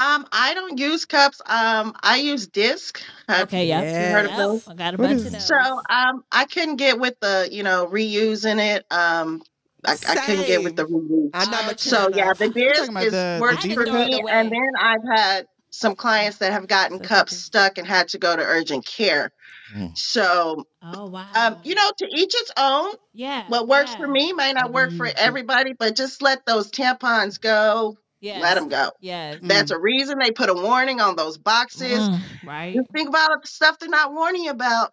Speaker 4: Um, I don't use cups. Um, I use disc. Uh,
Speaker 5: Okay. Yeah.
Speaker 1: Yeah.
Speaker 4: Heard of
Speaker 5: Yep,
Speaker 4: those?
Speaker 5: I got a
Speaker 3: What
Speaker 5: bunch
Speaker 3: is-
Speaker 5: of those.
Speaker 4: So um, I couldn't get with the you know reusing it. Um, I, I couldn't get with the reuse.
Speaker 1: I'm not mature
Speaker 4: Uh, So yeah,
Speaker 1: enough.
Speaker 4: the disc
Speaker 3: talking about
Speaker 4: is
Speaker 3: the- the
Speaker 4: worked
Speaker 5: deep
Speaker 4: for
Speaker 5: cup?
Speaker 4: me, and then I've had some clients that have gotten
Speaker 5: So
Speaker 4: cups
Speaker 5: confused.
Speaker 4: stuck and had to go to urgent care.
Speaker 2: Mm.
Speaker 4: So
Speaker 5: oh wow.
Speaker 4: um, you know, to each its own.
Speaker 5: Yeah.
Speaker 4: What works
Speaker 5: yeah,
Speaker 4: for me may not work for
Speaker 3: Mm.
Speaker 4: everybody, but just let those tampons go.
Speaker 5: Yes.
Speaker 4: Let them go.
Speaker 5: Yes.
Speaker 4: That's a reason they put a warning on those boxes.
Speaker 5: Mm, right.
Speaker 4: Just think about the stuff they're not warning you about.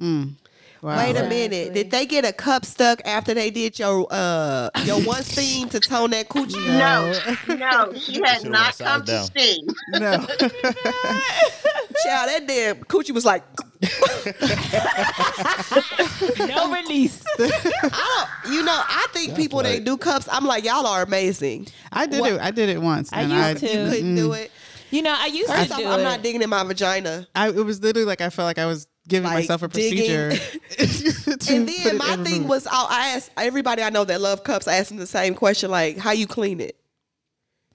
Speaker 3: Mm. Wow.
Speaker 1: Wait a
Speaker 5: Exactly.
Speaker 1: minute. Did they get a cup stuck after they did your uh your one steam to tone that coochie?
Speaker 4: No, no, she had
Speaker 2: Should've went
Speaker 4: not come
Speaker 2: upside
Speaker 4: to
Speaker 2: down.
Speaker 4: steam.
Speaker 3: No.
Speaker 1: Child, that damn coochie was like,
Speaker 5: No release.
Speaker 1: I don't, you know, I think
Speaker 2: That's
Speaker 1: people that
Speaker 2: right.
Speaker 1: do cups, I'm like, y'all are amazing.
Speaker 3: I did
Speaker 1: What?
Speaker 3: it. I did it once.
Speaker 5: I
Speaker 3: and
Speaker 5: used
Speaker 1: You
Speaker 5: to.
Speaker 3: mm-mm.
Speaker 1: couldn't do it.
Speaker 5: You know, I used
Speaker 1: First
Speaker 5: to
Speaker 1: off,
Speaker 5: do
Speaker 1: I'm
Speaker 5: it.
Speaker 1: not digging in my vagina.
Speaker 3: I, it was literally like I felt like I was giving
Speaker 1: Like
Speaker 3: myself a
Speaker 1: digging.
Speaker 3: procedure. to
Speaker 1: And
Speaker 3: put
Speaker 1: then
Speaker 3: it
Speaker 1: my
Speaker 3: in
Speaker 1: thing
Speaker 3: removal.
Speaker 1: was, I'll- I asked everybody I know that love cups, I asked them the same question, like, how you clean it?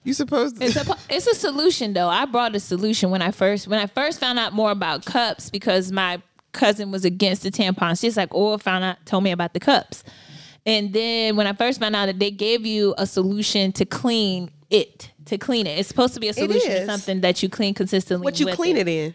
Speaker 3: you supposed to.
Speaker 5: It's a it's a solution though. I brought a solution when I first when I first found out more about cups because my cousin was against the tampons. She's like, "Oh, found out told me about the cups." And then when I first found out that they gave you a solution to clean it, to clean it. It's supposed to be a solution
Speaker 1: is.
Speaker 5: to something that you clean consistently.
Speaker 1: What you
Speaker 5: with
Speaker 1: clean it in?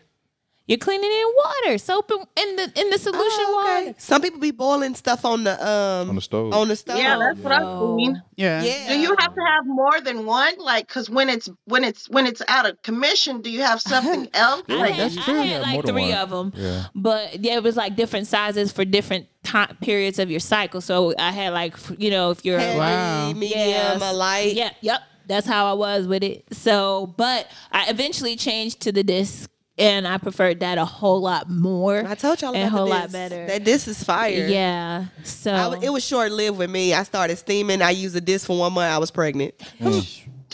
Speaker 5: You're cleaning it in water, soap and in the in the solution
Speaker 1: Oh, okay.
Speaker 5: water.
Speaker 1: Some people be boiling stuff on the um
Speaker 2: On the stove.
Speaker 1: On the stove.
Speaker 4: Yeah, that's what
Speaker 5: Oh.
Speaker 4: I've seen.
Speaker 3: yeah.
Speaker 1: yeah.
Speaker 4: Do you have to have more than one? Like, cause when it's when it's when it's out of commission, do you have something else?
Speaker 5: I
Speaker 4: Like,
Speaker 5: had,
Speaker 2: that's
Speaker 5: I
Speaker 2: true.
Speaker 5: had
Speaker 2: Yeah, more
Speaker 5: like
Speaker 2: than
Speaker 5: three
Speaker 2: one.
Speaker 5: of them.
Speaker 2: Yeah.
Speaker 5: But yeah, it was like different sizes for different time periods of your cycle. So I had like, f- you know, if you're
Speaker 1: Heavy,
Speaker 5: like,
Speaker 3: Wow.
Speaker 1: medium,
Speaker 5: Yes.
Speaker 1: a light.
Speaker 5: yeah, yep, that's how I was with it. So, but I eventually changed to the disc and I preferred that a whole lot more.
Speaker 1: I told y'all
Speaker 5: and
Speaker 1: about
Speaker 5: a whole
Speaker 1: the
Speaker 5: lot
Speaker 1: disc.
Speaker 5: better.
Speaker 1: That this is fire.
Speaker 5: yeah. So
Speaker 1: I w- it was short lived with me. I started steaming. I used a disc for one month. I was pregnant.
Speaker 2: Hmm.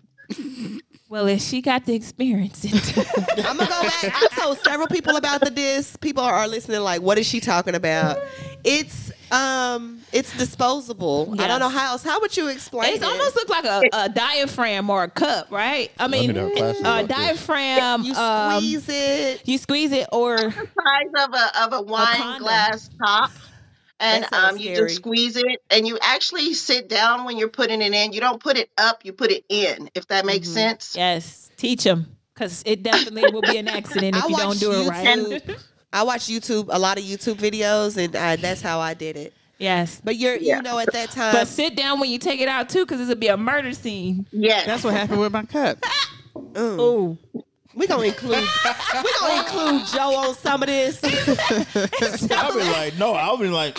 Speaker 5: well, if she got to experience it,
Speaker 1: I'm gonna go back. I told several people about the disc. People are, are listening. Like, what is she talking about? It's um, it's disposable. I don't
Speaker 5: Yes.
Speaker 1: know how else. How would you explain?
Speaker 5: it's
Speaker 1: it?
Speaker 5: almost looked like a, a diaphragm or a cup, right? I
Speaker 2: need
Speaker 5: mean,
Speaker 2: to have classes
Speaker 5: a
Speaker 2: about this.
Speaker 5: diaphragm.
Speaker 1: you
Speaker 5: um,
Speaker 1: squeeze it.
Speaker 5: you squeeze it or
Speaker 4: size of a of a wine
Speaker 5: condom.
Speaker 4: glass top. And
Speaker 1: That sounds
Speaker 4: um, you
Speaker 1: scary.
Speaker 4: just squeeze it, and you actually sit down when you're putting it in. You don't put it up; you put it in. If that makes sense.
Speaker 5: Yes, teach them because it definitely will be an accident if
Speaker 1: I
Speaker 5: you don't
Speaker 1: watched
Speaker 5: do it
Speaker 1: YouTube.
Speaker 5: right.
Speaker 1: I watch YouTube a lot of YouTube videos, and uh that's how I did it.
Speaker 5: Yes,
Speaker 1: But you're,
Speaker 4: Yeah.
Speaker 1: you know, at that time,
Speaker 5: but sit down when you take it out too because it'll be a murder scene.
Speaker 4: Yes.
Speaker 3: That's what happened with my cup.
Speaker 1: mm.
Speaker 5: Ooh,
Speaker 1: We gonna include we gonna include Joe on some of this.
Speaker 2: I've been like, no, I've been like,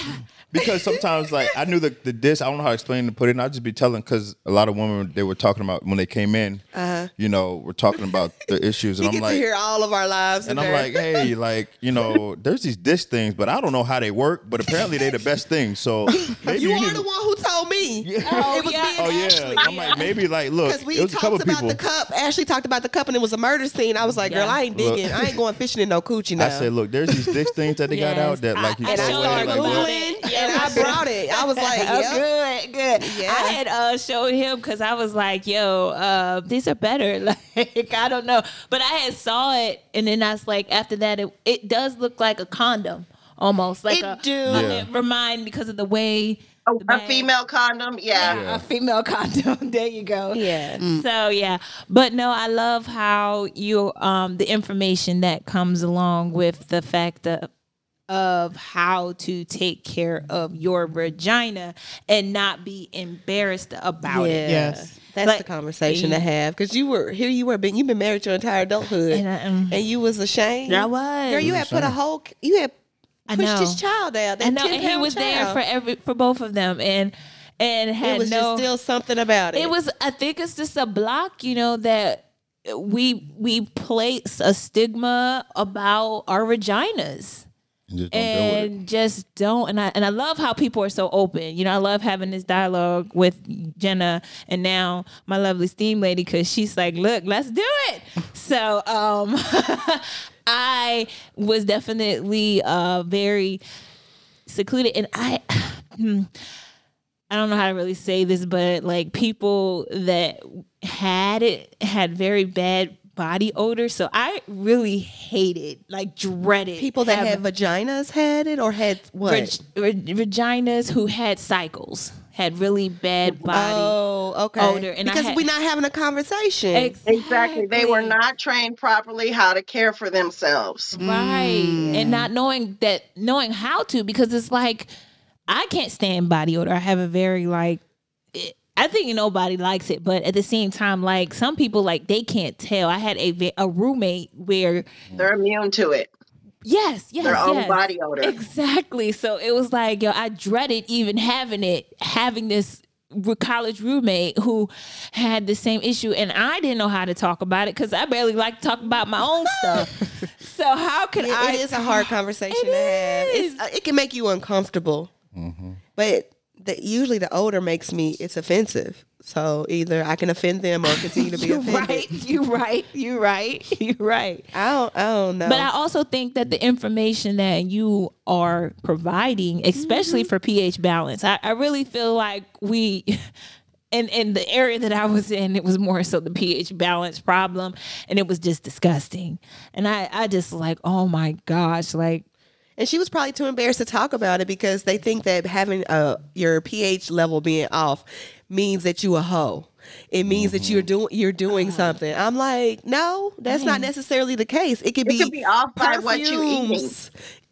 Speaker 2: because sometimes like I knew the the disc. I don't know how to explain to put it. And I'd just be telling because a lot of women they were talking about when they came in. You know, we're talking about the issues, and
Speaker 1: Uh-huh. You get
Speaker 2: I'm like,
Speaker 1: to hear all of our lives.
Speaker 2: and
Speaker 1: in
Speaker 2: I'm
Speaker 1: there.
Speaker 2: like, hey, like you know, there's these disc things, but I don't know how they work. But apparently they the best things. So maybe
Speaker 1: you
Speaker 2: you
Speaker 1: are
Speaker 2: need-
Speaker 1: the one who told me.
Speaker 5: Oh,
Speaker 1: it was
Speaker 5: yeah.
Speaker 1: me and
Speaker 2: Oh yeah,
Speaker 1: Ashley.
Speaker 2: I'm like maybe like look,
Speaker 1: Because we
Speaker 2: it was a
Speaker 1: talked
Speaker 2: couple
Speaker 1: about
Speaker 2: people.
Speaker 1: the cup. Ashley talked about the cup, and it was a murder scene. I was like, girl,
Speaker 5: Yeah.
Speaker 1: I ain't
Speaker 2: Look.
Speaker 1: digging. I ain't going fishing in no coochie now.
Speaker 2: I said, look, there's these disc things that they got
Speaker 5: Yes.
Speaker 2: out that like you
Speaker 5: I-
Speaker 1: and I
Speaker 2: throw
Speaker 5: showed
Speaker 2: away.
Speaker 1: started
Speaker 5: her about
Speaker 2: Like,
Speaker 1: Googling,
Speaker 5: it.
Speaker 1: and I brought it. I was like,
Speaker 5: Oh,
Speaker 1: yep.
Speaker 5: good, good.
Speaker 1: Yeah.
Speaker 5: I had uh, showed him because I was like, "Yo, uh, these are better." Like, I don't know, but I had saw it, and then I was like, after that, it, it does look like a condom almost, like
Speaker 1: It
Speaker 5: a,
Speaker 1: do.
Speaker 5: a-
Speaker 2: Yeah.
Speaker 5: it remind because of the way
Speaker 4: A,
Speaker 5: the
Speaker 4: a
Speaker 5: bag-
Speaker 4: female condom. Yeah.
Speaker 5: a female condom. there you go.
Speaker 1: Yeah.
Speaker 5: So yeah, but no, I love how you um the information that comes along with the fact of of how to take care of your vagina and not be embarrassed about it.
Speaker 3: Yes.
Speaker 1: That's
Speaker 5: Like-
Speaker 1: the conversation to have because you were here. You were been you've been married your entire adulthood,
Speaker 5: And I, um,
Speaker 1: and you was ashamed.
Speaker 5: I was.
Speaker 1: Girl, you had put a whole you had
Speaker 5: I
Speaker 1: pushed
Speaker 5: know.
Speaker 1: his child out. That
Speaker 5: I know,
Speaker 1: 10
Speaker 5: and he
Speaker 1: pound
Speaker 5: was there
Speaker 1: child.
Speaker 5: for every for both of them, and and had
Speaker 1: It was
Speaker 5: no.
Speaker 1: just still something about it.
Speaker 5: it was. I think it's just a block, you know, that we we place a stigma about our vaginas.
Speaker 2: And just don't deal with it.
Speaker 5: and just don't and I and I love how people are so open. You know, I love having this dialogue with Jenna and now my lovely steam lady cuz she's like, "Look, let's do it." so, um I was definitely uh very secluded and I hmm, I don't know how to really say this, but like people that had it had very bad body odor. So I really hated, like dreaded
Speaker 1: people that had
Speaker 5: having-
Speaker 1: vaginas had it or had what?
Speaker 5: Vag- vaginas who had cycles had really bad body
Speaker 1: oh, okay.
Speaker 5: odor, and I
Speaker 1: because
Speaker 5: had-
Speaker 1: we're not having a conversation.
Speaker 4: Exactly. They were not trained properly how to care for themselves.
Speaker 5: right, and not knowing that knowing how to because it's like I can't stand body odor. I have a very like it- I think nobody likes it, but at the same time, like some people like they can't tell. I had a ve- a roommate where
Speaker 4: They're immune to it.
Speaker 5: yes, yes,
Speaker 4: Their own
Speaker 5: yes.
Speaker 4: body odor.
Speaker 5: Exactly. So it was like, yo, I dreaded even having it, having this r- college roommate who had the same issue and I didn't know how to talk about it because I barely like to talk about my own stuff. so how could
Speaker 1: Yeah,
Speaker 5: I
Speaker 1: it is a hard conversation
Speaker 5: It
Speaker 1: to have.
Speaker 5: is.
Speaker 1: It's, uh, it can make you uncomfortable, Mm-hmm. but the, usually the odor makes me it's offensive. So either I can offend them or continue to be
Speaker 5: you
Speaker 1: offended.
Speaker 5: right, you right, you right, you right.
Speaker 1: I don't, I don't know.
Speaker 5: But I also think that the information that you are providing, especially for pH balance, I, I really feel like we, in in the area that I was in, it was more so the pH balance problem, and it was just disgusting. And I I just like, oh my gosh, like
Speaker 1: and she was probably too embarrassed to talk about it because they think that having uh, your pH level being off means that you a hoe. It means that you're doing you're doing something. I'm like, no, that's not necessarily the case. It could
Speaker 4: It
Speaker 1: be,
Speaker 4: could be off by what you eating.
Speaker 1: perfumes,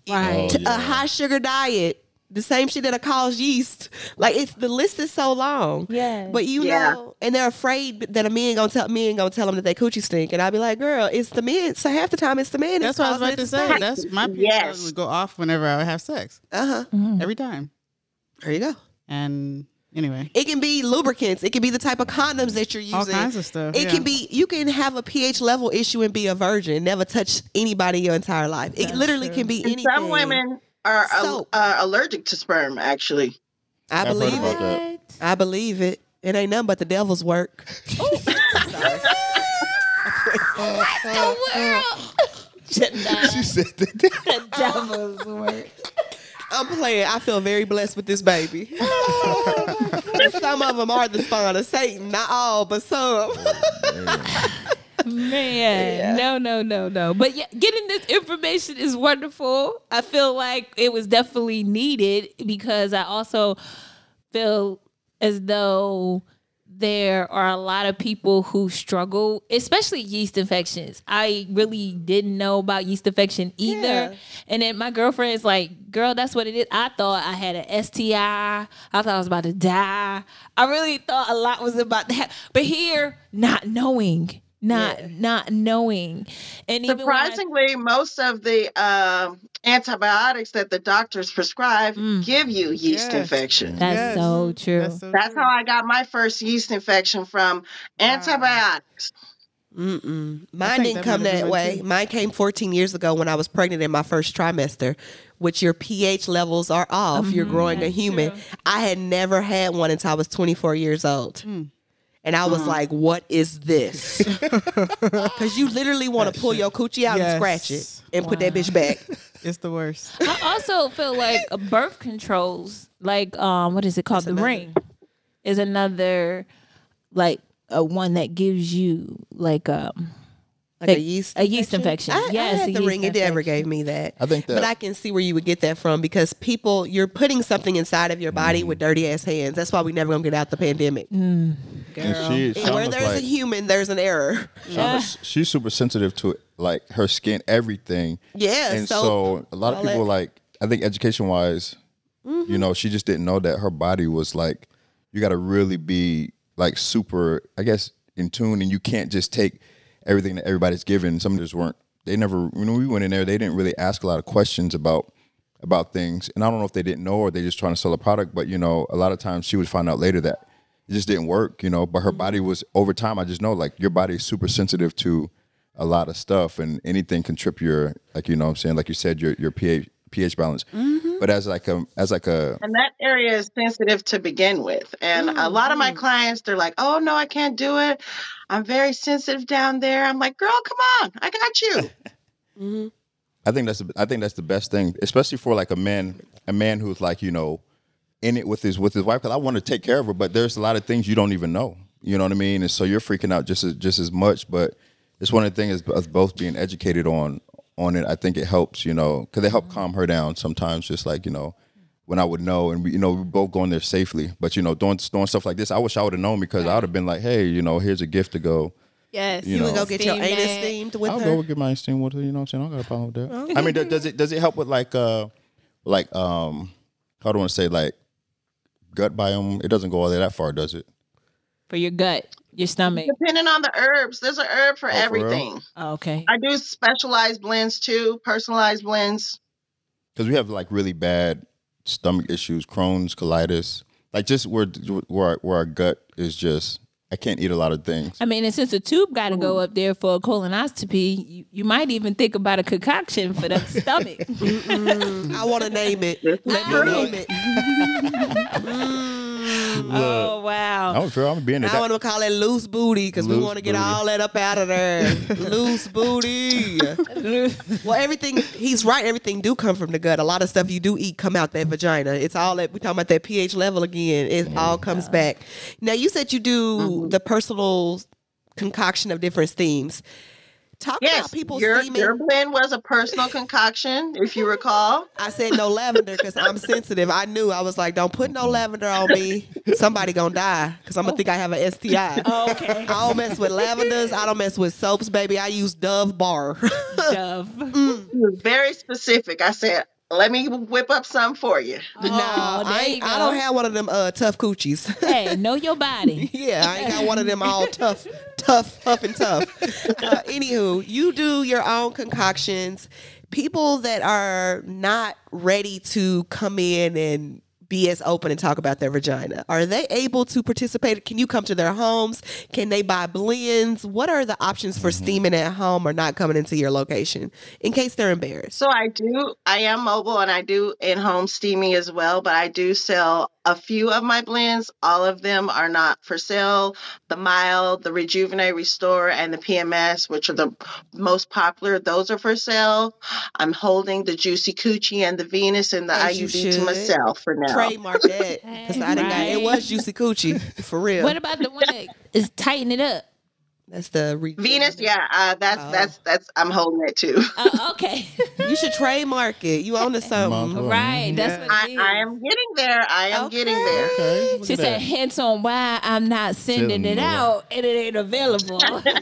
Speaker 5: right.
Speaker 1: t- a high sugar diet, the same shit that'll cause yeast. Like it's the list is so long.
Speaker 5: Yes.
Speaker 1: But you
Speaker 4: Yeah.
Speaker 1: know, and they're afraid that a man gonna tell men gonna tell them that they coochie stink, and I'll be like, girl, it's the men. So half the time it's the men.
Speaker 3: That's what I was about to say. That's my pH
Speaker 4: Yes.
Speaker 3: levels would go off whenever I would have sex
Speaker 1: Uh huh.
Speaker 3: every time.
Speaker 1: There you go.
Speaker 3: And anyway,
Speaker 1: It can be lubricants. It can be the type of condoms that you're using.
Speaker 3: all kinds of stuff.
Speaker 1: It
Speaker 3: yeah.
Speaker 1: can be you can have a pH level issue and be a virgin, never touch anybody your entire life. It literally can be
Speaker 4: And
Speaker 1: anything.
Speaker 4: some women are al-
Speaker 1: Soap.
Speaker 4: uh, allergic to sperm, actually.
Speaker 1: I
Speaker 2: I've heard
Speaker 1: believe
Speaker 2: about
Speaker 1: it.
Speaker 2: that.
Speaker 1: I believe it. It ain't nothing but the devil's work.
Speaker 5: the world.
Speaker 2: She said that.
Speaker 5: the devil's work.
Speaker 1: I'm playing. I feel very blessed with this baby. some of them are the spawn of Satan. Not all, but some.
Speaker 5: Man, no, no, no, no. But yeah, getting this information is wonderful. I feel like it was definitely needed because I also feel as though there are a lot of people who struggle, especially yeast infections. I really didn't know about yeast infection either.
Speaker 1: Yeah.
Speaker 5: And then my girlfriend is like, girl, that's what it is. I thought I had an STI. I thought I was about to die. I really thought a lot was about that. But here, not knowing. Not not knowing. And even when I-
Speaker 4: Surprisingly, most of the um antibiotics that the doctors prescribe
Speaker 5: Mm.
Speaker 4: give you
Speaker 3: Yes.
Speaker 4: yeast infection.
Speaker 5: that's
Speaker 3: Yes.
Speaker 5: so true.
Speaker 3: That's, so
Speaker 4: That's
Speaker 3: true.
Speaker 4: how I got my first yeast infection from antibiotics.
Speaker 1: Mm-mm.
Speaker 3: I
Speaker 1: Mine
Speaker 3: think
Speaker 1: didn't come
Speaker 3: that might have
Speaker 1: that
Speaker 3: been mine
Speaker 1: way.
Speaker 3: too.
Speaker 1: Mine came 14 years ago when I was pregnant in my first trimester, which your pH levels are off.
Speaker 3: Mm-hmm.
Speaker 1: You're growing a human. I had never had one until I was 24 years old.
Speaker 3: Mm.
Speaker 1: And I was like, what is this? Because you literally want to pull your coochie out
Speaker 3: Yes.
Speaker 1: and scratch it and put that bitch back.
Speaker 3: It's the worst.
Speaker 5: I also feel like a birth controls, like um, what is it called? the ring is another like a one that gives you like um
Speaker 1: Like a yeast.
Speaker 5: a yeast infection.
Speaker 1: I,
Speaker 5: yes,
Speaker 1: I
Speaker 5: a
Speaker 1: had the
Speaker 5: yeast
Speaker 1: ring. It never gave me that.
Speaker 2: I think that-
Speaker 1: But I can see where you would get that from because people, you're putting something inside of your body
Speaker 2: Mm.
Speaker 1: with dirty ass hands. That's why we never gonna get out the pandemic.
Speaker 2: And she,
Speaker 1: And where
Speaker 2: Shauna's
Speaker 1: there's
Speaker 2: like,
Speaker 1: a human, there's an error.
Speaker 2: Shauna's- she's super sensitive to like her skin, everything.
Speaker 1: Yeah,
Speaker 2: And so,
Speaker 1: so-
Speaker 2: a lot of
Speaker 1: all
Speaker 2: people
Speaker 1: that- Mm-hmm.
Speaker 2: like, I think education wise, you know, she just didn't know that her body was like, you got to really be like super, I guess, in tune, and you can't just take everything that everybody's given. Some just weren't. They never, you know, we went in there. They didn't really ask a lot of questions about about things. And I don't know if they didn't know or they just trying to sell a product, but you know, a lot of times she would find out later that it just didn't work, you know. But
Speaker 1: Mm-hmm.
Speaker 2: her body was over time. I just know like your body is super sensitive to a lot of stuff, and anything can trip your like you know what I'm saying like you said your your pH pH balance. But as like a as like a
Speaker 4: And that area is sensitive to begin with. And a lot of my
Speaker 5: Mm.
Speaker 4: clients, they're like, oh, no, I can't do it. I'm very sensitive down there. I'm like, girl, come on. I got you.
Speaker 2: I think that's the, I think that's the best thing, especially for like a man a man who's like you know in it with his with his wife. Because I want to take care of her, but there's a lot of things you don't even know. You know what I mean? And so you're freaking out just as, just as much. But it's one of the things us both being educated on on it. I think it helps. You know, because it helped calm her down sometimes. Just like you know when I would know, and we, you know we both going there safely. But you know doing doing stuff like this, I wish I would have known because I would have been like, hey, you know, here's a gift to go.
Speaker 5: Yes.
Speaker 2: You
Speaker 1: You would
Speaker 2: know.
Speaker 1: go get your
Speaker 5: Steam
Speaker 1: anus
Speaker 5: that.
Speaker 1: steamed with
Speaker 2: I'll
Speaker 1: her.
Speaker 2: go get my steam water. You know what I'm saying? I don't got a problem with
Speaker 1: Oh,
Speaker 2: that. I mean, does, does it does it help with like uh like um how do I want to say like gut biome? It doesn't go all the way that far, does it?
Speaker 5: For your gut, your stomach.
Speaker 4: Depending on the herbs, there's an herb for
Speaker 2: for real?
Speaker 4: everything.
Speaker 5: Oh, okay.
Speaker 4: I do specialized blends too, personalized blends.
Speaker 2: Because we have like really bad stomach issues, Crohn's, colitis, like just where where our, where our gut is just I can't eat a lot of things.
Speaker 5: I mean, and since the tube got to go up there for a colonoscopy, you, you might even think about a concoction for the stomach.
Speaker 1: I want to name it. Let me name it.
Speaker 5: oh wow!
Speaker 2: I don't feel I'm being
Speaker 1: I want
Speaker 2: that.
Speaker 1: to call it loose booty because we
Speaker 2: Loose
Speaker 1: want to get
Speaker 2: booty.
Speaker 1: all that up out of there. loose booty. well, everything. He's right. Everything do come from the gut. A lot of stuff you do eat come out that vagina. It's all that we talking about that pH level again. It
Speaker 2: Mm-hmm.
Speaker 1: all comes back. Now you said you do the personal concoction of different steams. Talk
Speaker 4: Yes,
Speaker 1: about people
Speaker 4: your,
Speaker 1: steaming.
Speaker 4: your blend was a personal concoction, if you recall.
Speaker 1: I said no lavender because I'm sensitive. I knew I was like, don't put no lavender on me. Somebody gonna die because I'm gonna think I have an STI.
Speaker 5: okay.
Speaker 1: I don't mess with lavenders. I don't mess with soaps, baby. I use Dove Bar.
Speaker 5: Oh, Dove.
Speaker 4: He was very specific. I said, let me whip up some for you.
Speaker 5: Oh,
Speaker 1: no, I,
Speaker 5: there you
Speaker 1: ain't-
Speaker 5: go.
Speaker 1: I don't have one of them uh, tough coochies.
Speaker 5: Hey, know your body.
Speaker 1: yeah, I ain't got one of them all tough, tough, tough and tough. Uh, anywho, you do your own concoctions. People that are not ready to come in and be as open and talk about their vagina. Are they able to participate? Can you come to their homes? Can they buy blends? What are the options for steaming at home or not coming into your location in case they're embarrassed?
Speaker 4: So I do, I am mobile and I do in home steaming as well, but I do sell a few of my blends. All of them are not for sale. The mild, the rejuvenate, restore, and the PMS, which are the most popular, those are for sale. I'm holding the juicy coochie and the Venus and the
Speaker 1: As you
Speaker 4: IUD to
Speaker 1: should.
Speaker 4: myself for now.
Speaker 1: Trademark that because I didn't got it was juicy coochie for real.
Speaker 5: What about the one that is tighten it up?
Speaker 1: That's the re-
Speaker 4: Venus, yeah, uh, that's
Speaker 1: Oh.
Speaker 4: that's that's I'm holding it too.
Speaker 5: Oh, okay.
Speaker 1: You should trademark it. You own to something.
Speaker 5: right. That's what it
Speaker 4: I,
Speaker 5: is.
Speaker 4: I am getting there. I am getting there.
Speaker 2: Okay. look
Speaker 5: She
Speaker 2: at
Speaker 5: said,
Speaker 2: that.
Speaker 5: hints on why I'm not sending it
Speaker 2: Sending it
Speaker 5: out and it ain't available. okay,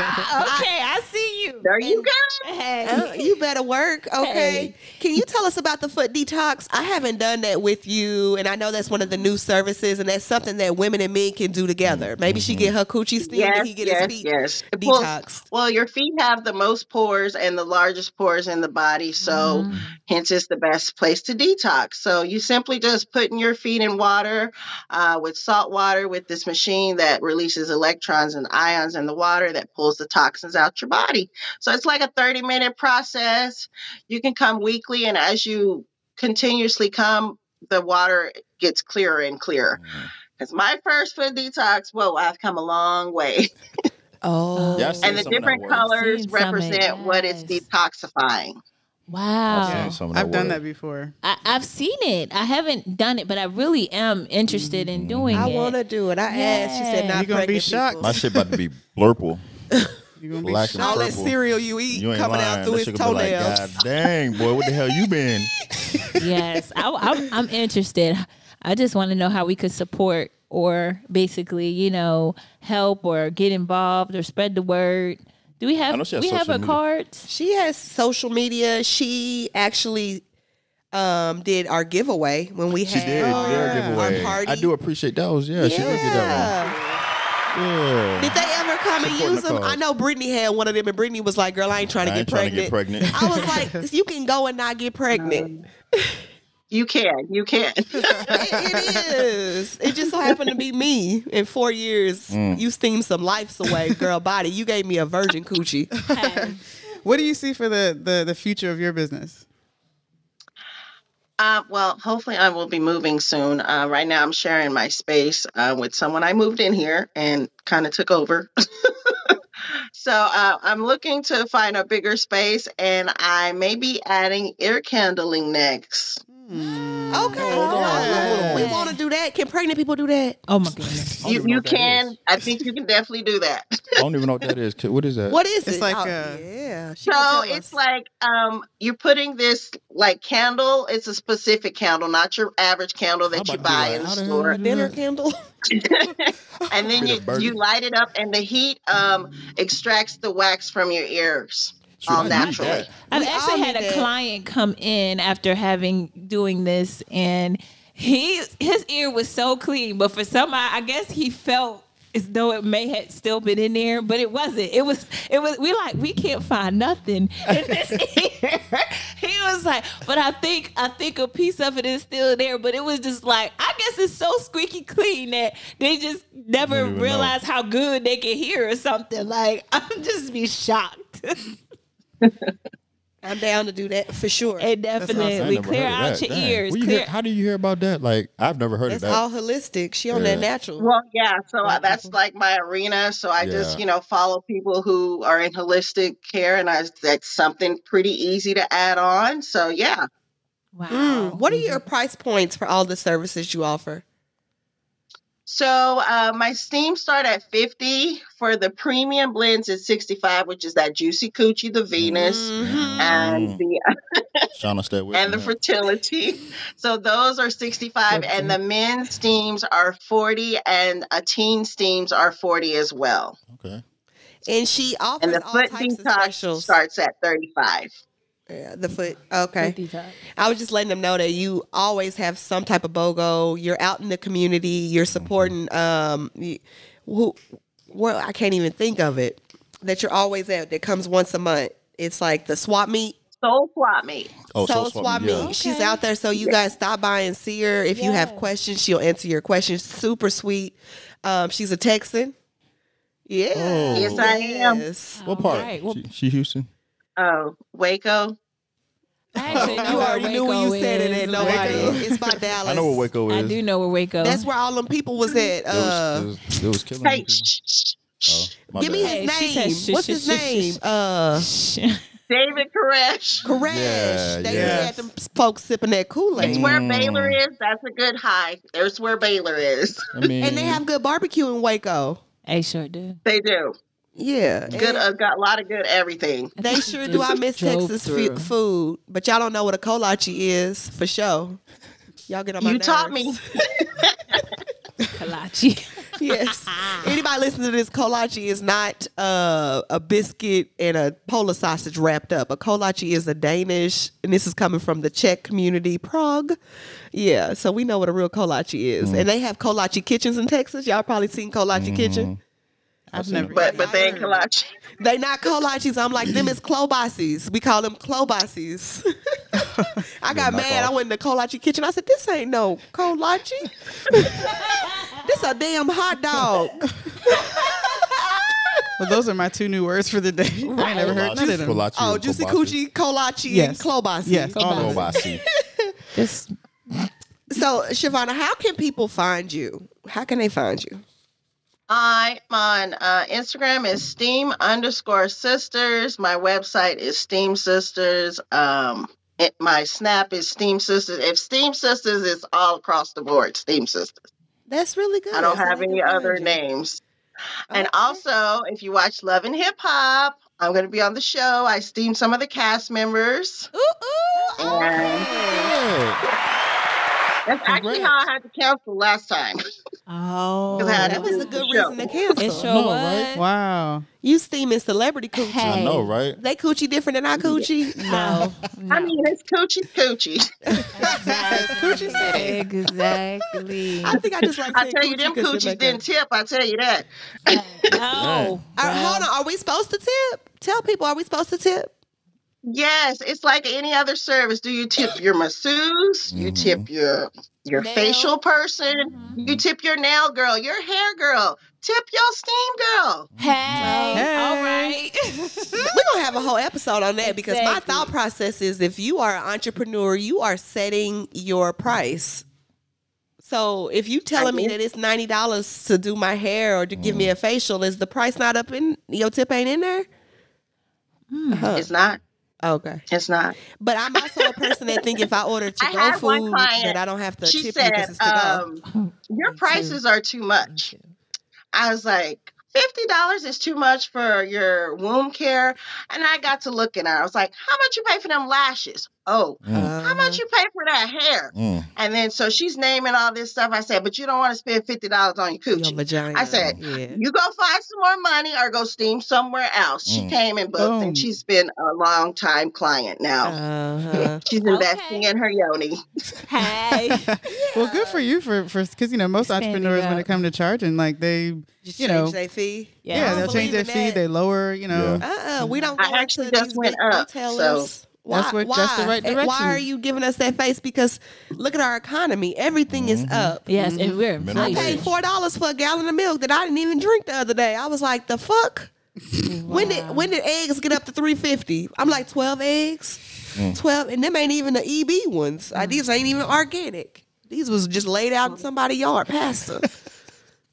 Speaker 5: I see you.
Speaker 4: There you
Speaker 1: And-
Speaker 4: go. Oh,
Speaker 1: Uh,
Speaker 5: Hey.
Speaker 1: you better work, okay? Can you tell us about the foot detox? I haven't done that with you, and I know that's one of the new services, and that's something that women and men can do together. Maybe she get her coochie steamed, and
Speaker 4: Yes,
Speaker 1: he get
Speaker 4: yes,
Speaker 1: his feet
Speaker 4: yes. It pulls-
Speaker 1: detoxed.
Speaker 4: Well, your feet have the most pores and the largest pores in the body, so hence it's the best place to detox. So you simply just putting your feet in water uh, with salt water with this machine that releases electrons and ions in the water that pulls the toxins out your body. So it's like a 30 minute process. You can come weekly, and as you continuously come, the water gets clearer and clearer. Because my first foot detox, whoa, I've come a long way
Speaker 1: Oh,
Speaker 2: Yeah, I see
Speaker 4: and the
Speaker 2: some of that
Speaker 4: different
Speaker 2: work.
Speaker 4: colors
Speaker 5: Seen some of
Speaker 4: represent
Speaker 5: it,
Speaker 4: what it's
Speaker 5: yes.
Speaker 4: detoxifying.
Speaker 5: Wow.
Speaker 2: Saying some of
Speaker 3: I've done
Speaker 2: work.
Speaker 3: that before.
Speaker 5: I, I've seen it. I haven't done it, but I really am interested
Speaker 2: Mm.
Speaker 5: in doing
Speaker 1: I
Speaker 5: it.
Speaker 1: want to do it. I asked. She said,
Speaker 5: Yeah.
Speaker 1: "Not
Speaker 3: You gonna be
Speaker 1: pregnant
Speaker 3: shocked.
Speaker 1: people.
Speaker 2: My shit about to be blurple.
Speaker 3: You're gonna be
Speaker 2: Black
Speaker 3: shocked.
Speaker 2: and
Speaker 1: All that
Speaker 2: purple.
Speaker 1: cereal you eat
Speaker 2: You ain't
Speaker 1: coming
Speaker 2: lying.
Speaker 1: out through
Speaker 2: That
Speaker 1: his
Speaker 2: shit gonna be like,
Speaker 1: toenails.
Speaker 2: God dang, boy, what the hell you been?
Speaker 5: yes, I, am I'm interested. I just want to know how we could support or basically, you know, help or get involved or spread the word. Do we
Speaker 2: I know
Speaker 5: have
Speaker 2: she has
Speaker 5: we have
Speaker 2: social
Speaker 5: a
Speaker 2: media.
Speaker 5: cards?
Speaker 1: She has social media. She actually um, did our giveaway when we
Speaker 2: She
Speaker 1: had
Speaker 2: did.
Speaker 1: our,
Speaker 2: their
Speaker 3: yeah.
Speaker 2: giveaway.
Speaker 1: our party.
Speaker 2: I do appreciate those. Yeah, she did get that
Speaker 1: Yeah.
Speaker 2: one. Yeah.
Speaker 1: Did they ever come and
Speaker 2: Supporting
Speaker 1: use
Speaker 2: the
Speaker 1: them?
Speaker 2: cause.
Speaker 1: I know Brittany had one of them, and Brittany was like, "Girl, I ain't trying to,
Speaker 2: I
Speaker 1: get,
Speaker 2: ain't
Speaker 1: pregnant.
Speaker 2: trying to get pregnant.
Speaker 1: I was like, "You can go and not get pregnant."
Speaker 4: You can, you can.
Speaker 1: It- it is. It just so happened to be me. In four years, you steamed some lives away, girl body. You gave me a virgin coochie.
Speaker 5: Hey.
Speaker 3: What do you see for the the, the future of your business?
Speaker 4: Uh, well, hopefully I will be moving soon. Uh, right now I'm sharing my space uh, with someone I moved in here and kind of took over. so uh, I'm looking to find a bigger space, and I may be adding ear candling next.
Speaker 1: Okay.
Speaker 3: on.
Speaker 1: We want to do that. Can pregnant people do that?
Speaker 5: Oh my goodness.
Speaker 2: I don't
Speaker 4: You
Speaker 2: even know
Speaker 4: you
Speaker 2: what that
Speaker 4: can.
Speaker 2: is.
Speaker 4: I think you can definitely do that.
Speaker 2: I don't even know what that is. What is that?
Speaker 1: What is
Speaker 3: It's
Speaker 1: it?
Speaker 3: like
Speaker 1: Oh,
Speaker 3: a-
Speaker 1: yeah. She
Speaker 4: so
Speaker 1: gonna tell
Speaker 4: it's
Speaker 1: us.
Speaker 4: like um, you're putting this like candle. It's a specific candle, not your average candle that
Speaker 2: I'm
Speaker 4: you
Speaker 2: about to be
Speaker 4: buy
Speaker 2: like,
Speaker 4: in the
Speaker 2: how the hell
Speaker 4: store.
Speaker 2: you do
Speaker 1: dinner
Speaker 2: that?
Speaker 1: candle.
Speaker 4: and then
Speaker 2: Bit
Speaker 4: you,
Speaker 2: of burger.
Speaker 4: you light it up and the heat um extracts the wax from your ears
Speaker 2: Shoot,
Speaker 4: all
Speaker 2: I need
Speaker 4: naturally.
Speaker 2: that.
Speaker 5: I've
Speaker 1: We all
Speaker 5: actually had
Speaker 1: need
Speaker 5: a
Speaker 1: that.
Speaker 5: client come in after having doing this, and he his ear was so clean, but for some, I, I guess he felt as though it may have still been in there, but it wasn't. It was. It was. We like we can't find nothing in this ear. he was like, but I think I think a piece of it is still there, but it was just like I guess it's so squeaky clean that they just never
Speaker 2: even know.
Speaker 5: realize how good they can hear or something. Like I'm just be shocked.
Speaker 1: I'm down to do that for sure.
Speaker 5: It
Speaker 2: I ain't
Speaker 5: definitely
Speaker 2: never
Speaker 5: clear
Speaker 2: heard of
Speaker 5: out
Speaker 2: that.
Speaker 5: your
Speaker 2: Dang.
Speaker 5: ears.
Speaker 2: Where you
Speaker 5: Clear. Mm,
Speaker 2: hear- how do you hear about that? Like I've never heard
Speaker 1: It's
Speaker 2: of that.
Speaker 1: all holistic. She on that
Speaker 2: Yeah.
Speaker 1: natural.
Speaker 4: Well, yeah. So I, that's like my arena. So I just,
Speaker 2: Yeah.
Speaker 4: you know, follow people who are in holistic care, and I that's something pretty easy to add on. So yeah,
Speaker 5: wow.
Speaker 1: Mm, What are your price points for all the services you offer?
Speaker 4: So uh, my steam start at 50 for the premium blends is 65, which is that juicy coochie, the Venus,
Speaker 1: Mm-hmm.
Speaker 4: and
Speaker 2: Mm.
Speaker 4: the
Speaker 2: Shauna, stay with
Speaker 4: and
Speaker 2: me.
Speaker 4: the fertility. So those are 65, and the men's steams are 40, and a teen steams are 40 as well.
Speaker 2: Okay.
Speaker 1: And she offers
Speaker 4: And the
Speaker 1: all
Speaker 4: foot
Speaker 1: types of
Speaker 4: detox
Speaker 1: specials.
Speaker 4: starts at 35.
Speaker 1: Yeah, the foot. Okay. I was just letting them know that you always have some type of BOGO. You're out in the community. You're
Speaker 4: Mm-hmm.
Speaker 1: supporting. Um, you, who? Well, I can't even think of it. That you're always at. That comes once a month. It's like the swap meet.
Speaker 4: Soul swap meet.
Speaker 2: Oh,
Speaker 1: Soul
Speaker 2: Soul
Speaker 1: Swap, Meet.
Speaker 2: Swap, yeah.
Speaker 1: She's
Speaker 5: Okay.
Speaker 1: out there, so you guys stop by and see her. If you have
Speaker 5: Yes.
Speaker 1: questions, she'll answer your questions. Super sweet. Um, she's a Texan. Yeah.
Speaker 2: Oh.
Speaker 4: Yes, I am.
Speaker 1: Yes.
Speaker 2: What part?
Speaker 5: Alright, well-
Speaker 2: she, she Houston.
Speaker 4: Oh, Waco.
Speaker 5: I actually know
Speaker 1: You
Speaker 5: where
Speaker 1: already knew
Speaker 5: Waco
Speaker 1: when you said it.
Speaker 5: is.
Speaker 1: Ain't
Speaker 5: Like,
Speaker 1: nobody.
Speaker 2: Waco.
Speaker 1: It's by Dallas.
Speaker 2: I know what Waco
Speaker 5: I
Speaker 2: is.
Speaker 5: do know where Waco.
Speaker 1: That's where all them people was at.
Speaker 2: It was,
Speaker 1: Uh,
Speaker 2: it was, it was killing
Speaker 4: Hey,
Speaker 2: me, people.
Speaker 4: shh, shh, shh.
Speaker 2: Mm-hmm. Oh, my
Speaker 1: Give me
Speaker 2: bad.
Speaker 5: Hey,
Speaker 1: his
Speaker 5: she
Speaker 1: name.
Speaker 5: said sh-
Speaker 1: What's
Speaker 5: sh-
Speaker 1: his
Speaker 5: sh-
Speaker 1: name?
Speaker 5: sh-
Speaker 1: Uh,
Speaker 4: David Koresh.
Speaker 1: Koresh.
Speaker 2: Yeah,
Speaker 1: they
Speaker 2: yeah.
Speaker 1: had them folks sipping that Kool Aid,
Speaker 4: It's where
Speaker 2: Mm.
Speaker 4: Baylor is. That's a good high. It's where Baylor is.
Speaker 2: I mean,
Speaker 1: and they have good barbecue in Waco.
Speaker 5: Hey, sure do.
Speaker 4: They do.
Speaker 1: Yeah,
Speaker 4: Good,
Speaker 1: And
Speaker 4: a got a lot of good everything.
Speaker 1: they sure do. I miss Texas fu- food, but y'all don't know what a kolache is for sure. Y'all get on my
Speaker 4: You taught me.
Speaker 1: nerves.
Speaker 5: Kalachi.
Speaker 1: yes. Anybody listening to this, kolache is not uh, a biscuit and a polar sausage wrapped up. A kolache is a Danish, and this is coming from the Czech community, Prague. Yeah, so we know what a real kolache is, and they have kolache kitchens in Texas. Y'all probably seen kolache kitchen.
Speaker 3: I've never.
Speaker 4: But but they
Speaker 3: then
Speaker 4: ain't Kalachi.
Speaker 1: They not kolaches. I'm like them is klobasies. We call them klobasies. I got mad. I went in the kolache kitchen. I said, "This ain't no kolache. this a damn hot dog."
Speaker 3: Well, those are my two new words for the day. I ain't never heard none of them.
Speaker 2: Kolache
Speaker 1: Oh,
Speaker 2: and
Speaker 1: Juicy
Speaker 2: kielbasa.
Speaker 1: Coochie, Kolache,
Speaker 3: Yes.
Speaker 1: and Klobasi.
Speaker 3: Yes, all
Speaker 2: Oh,
Speaker 3: of them.
Speaker 2: Kielbasa.
Speaker 5: This
Speaker 1: So, Shavana, how can people find you? How can they find you?
Speaker 4: I'm on uh, Instagram is steam underscore sisters. My website is steam sisters. Um, it, my snap is steam sisters. If steam sisters is all across the board, steam sisters.
Speaker 1: That's really good.
Speaker 4: I don't
Speaker 1: So
Speaker 4: have
Speaker 1: they can
Speaker 4: any
Speaker 1: find
Speaker 4: other
Speaker 1: you.
Speaker 4: names. And
Speaker 1: Okay.
Speaker 4: also, if you watch Love and Hip Hop, I'm going to be on the show. I steam some of the cast members.
Speaker 5: ooh ooh.
Speaker 1: Oh,
Speaker 4: And
Speaker 2: Yeah.
Speaker 4: that's actually how I had to cancel last time.
Speaker 5: Oh,
Speaker 4: I had
Speaker 1: That was a good
Speaker 4: Show.
Speaker 1: reason to cancel.
Speaker 5: It sure
Speaker 2: No,
Speaker 5: was.
Speaker 2: right?
Speaker 3: Oh, Wow.
Speaker 1: You steaming celebrity coochie.
Speaker 5: Hey.
Speaker 2: I know, right?
Speaker 1: They coochie different than our coochie?
Speaker 5: No,
Speaker 4: I mean, it's coochie coochie.
Speaker 5: coochie exactly.
Speaker 1: I think I just like
Speaker 4: I
Speaker 1: saying
Speaker 4: tell you, them
Speaker 1: 'cause it
Speaker 4: coochies
Speaker 1: make
Speaker 4: didn't
Speaker 1: a-
Speaker 4: tip. I tell you that.
Speaker 5: No, Oh,
Speaker 1: Uh, hold on. Are we supposed to tip? Tell people, are we supposed to tip?
Speaker 4: Yes, it's like any other service. Do you tip your masseuse? You
Speaker 2: Mhm.
Speaker 4: tip your your
Speaker 5: Nail.
Speaker 4: facial person?
Speaker 1: Mm-hmm.
Speaker 4: You tip your nail girl, your hair girl. Tip your steam girl.
Speaker 5: Hey, all right.
Speaker 4: Hmm.
Speaker 1: We're gonna have a whole episode on that because my
Speaker 5: Exactly.
Speaker 1: thought process is if you are an entrepreneur, you are setting your price. So if you telling me
Speaker 4: do.
Speaker 1: that it's ninety dollars to do my hair or to give me a facial, is the price not up in your tip ain't in there? Huh.
Speaker 4: It's not.
Speaker 1: Okay,
Speaker 4: It's not.
Speaker 1: but I'm also a person that think if I order to
Speaker 4: I
Speaker 1: go
Speaker 4: had one
Speaker 1: food
Speaker 4: client,
Speaker 1: that I don't have to
Speaker 4: She
Speaker 1: tip you because
Speaker 4: said,
Speaker 1: it's to go.
Speaker 4: um, your prices are too much. I was like, fifty dollars is too much for your womb care. And I got to looking at her. I was like, How much you pay for them lashes? Oh, how
Speaker 1: Uh, Uh-huh.
Speaker 4: much you pay for that hair?
Speaker 2: Mm.
Speaker 4: And then so she's naming all this stuff. I said, But you don't want to spend fifty dollars on your
Speaker 1: Your
Speaker 4: coochie.
Speaker 1: vagina.
Speaker 4: I said,
Speaker 1: yeah.
Speaker 4: You go find some more money or go steam somewhere else. She
Speaker 2: Mm.
Speaker 4: came and booked,
Speaker 3: Boom.
Speaker 4: and she's been a long time client now.
Speaker 1: Uh-huh.
Speaker 4: she's
Speaker 5: Okay.
Speaker 4: investing in her yoni.
Speaker 5: Hey.
Speaker 3: Well, good for you for for because you know most
Speaker 5: Standing
Speaker 3: entrepreneurs when
Speaker 5: up.
Speaker 3: it comes to charging, like they
Speaker 1: Just
Speaker 3: You
Speaker 1: change
Speaker 3: know.
Speaker 1: their fee.
Speaker 5: Yeah.
Speaker 3: yeah,
Speaker 5: I
Speaker 3: they'll
Speaker 1: don't
Speaker 3: change their
Speaker 1: believe in
Speaker 3: fee,
Speaker 1: that.
Speaker 3: they lower, you know.
Speaker 1: Uh-uh, we don't.
Speaker 4: I
Speaker 1: go
Speaker 4: actually
Speaker 1: into
Speaker 4: just
Speaker 1: these
Speaker 4: went
Speaker 1: big
Speaker 4: up,
Speaker 1: retailers. Why,
Speaker 3: That's what-
Speaker 1: why?
Speaker 3: that's the right
Speaker 1: And Why
Speaker 3: direction.
Speaker 1: are you giving us that face? Because look at our economy. Everything is
Speaker 3: Mm-hmm.
Speaker 1: up.
Speaker 5: Yes, and
Speaker 2: Mm-hmm.
Speaker 5: we're in
Speaker 2: Minimum
Speaker 1: I paid
Speaker 2: wage.
Speaker 1: four dollars for a gallon of milk that I didn't even drink the other day. I was like, the fuck. When did when did eggs get up to three fifty? I'm like twelve eggs,
Speaker 3: Mm.
Speaker 1: twelve, and them ain't even the EB ones. Uh, these ain't even organic. These was just laid out in somebody's yard, pasta,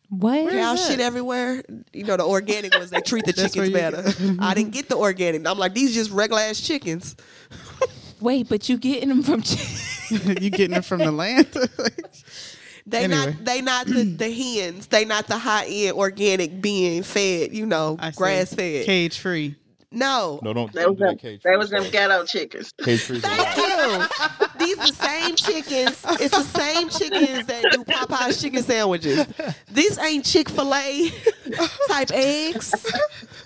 Speaker 5: What?
Speaker 1: cow shit everywhere. You know the organic ones. They treat the
Speaker 3: That's
Speaker 1: chickens
Speaker 3: where
Speaker 1: better. I didn't get the organic. I'm like these just regular ass chickens.
Speaker 5: Wait, but you getting them from?
Speaker 3: you getting it from the land?
Speaker 1: They
Speaker 3: Anyway.
Speaker 1: not they not the, the hens. They not the high end organic being fed. You know, grass fed.
Speaker 3: cage free.
Speaker 1: No.
Speaker 2: No, don't.
Speaker 4: That
Speaker 2: don't
Speaker 4: was
Speaker 2: do
Speaker 4: them,
Speaker 2: that cage
Speaker 4: that
Speaker 2: free
Speaker 4: was them
Speaker 2: stuff.
Speaker 4: ghetto chickens.
Speaker 2: Cage free.
Speaker 1: Thank you. These the same chickens. It's the same chickens that do Popeye's chicken sandwiches. These ain't Chick Fil A type eggs.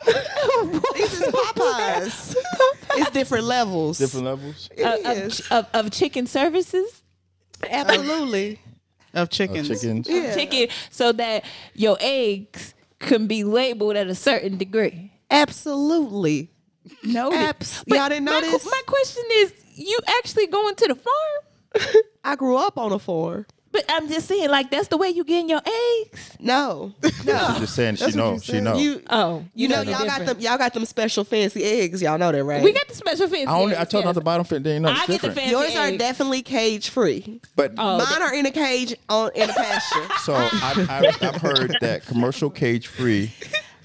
Speaker 1: These is Popeyes. It's different levels.
Speaker 2: Different levels.
Speaker 1: It
Speaker 5: of, of,
Speaker 1: is.
Speaker 5: ch- of, of chicken services
Speaker 1: Absolutely.
Speaker 3: Of
Speaker 2: Uh,
Speaker 3: chickens.
Speaker 2: chickens.
Speaker 1: Yeah.
Speaker 5: chicken so that your eggs can be labeled at a certain degree
Speaker 1: Absolutely.
Speaker 5: no
Speaker 1: Abs-
Speaker 5: But
Speaker 1: y'all didn't
Speaker 5: my,
Speaker 1: notice?
Speaker 5: my question is you actually going to the farm
Speaker 1: I grew up on a farm.
Speaker 5: but i'm just saying like that's the way you getting your eggs
Speaker 1: No. No.
Speaker 2: Just saying, she
Speaker 3: That's what
Speaker 2: know.
Speaker 3: you
Speaker 2: She
Speaker 3: said.
Speaker 2: know.
Speaker 1: You
Speaker 5: oh
Speaker 1: you know y'all got them y'all got them special fancy eggs. Y'all know that, right?
Speaker 5: we got the special fancy
Speaker 2: I only. I
Speaker 5: eggs,
Speaker 2: told her
Speaker 5: yes.
Speaker 2: the bottom fit. They ain't know.
Speaker 5: I
Speaker 2: It's
Speaker 5: get the
Speaker 2: different.
Speaker 5: fancy
Speaker 1: Yours are
Speaker 5: eggs.
Speaker 1: definitely cage free.
Speaker 2: But
Speaker 5: Oh,
Speaker 1: Mine are in a cage on in a pasture.
Speaker 2: so I, I, I've heard that commercial cage free.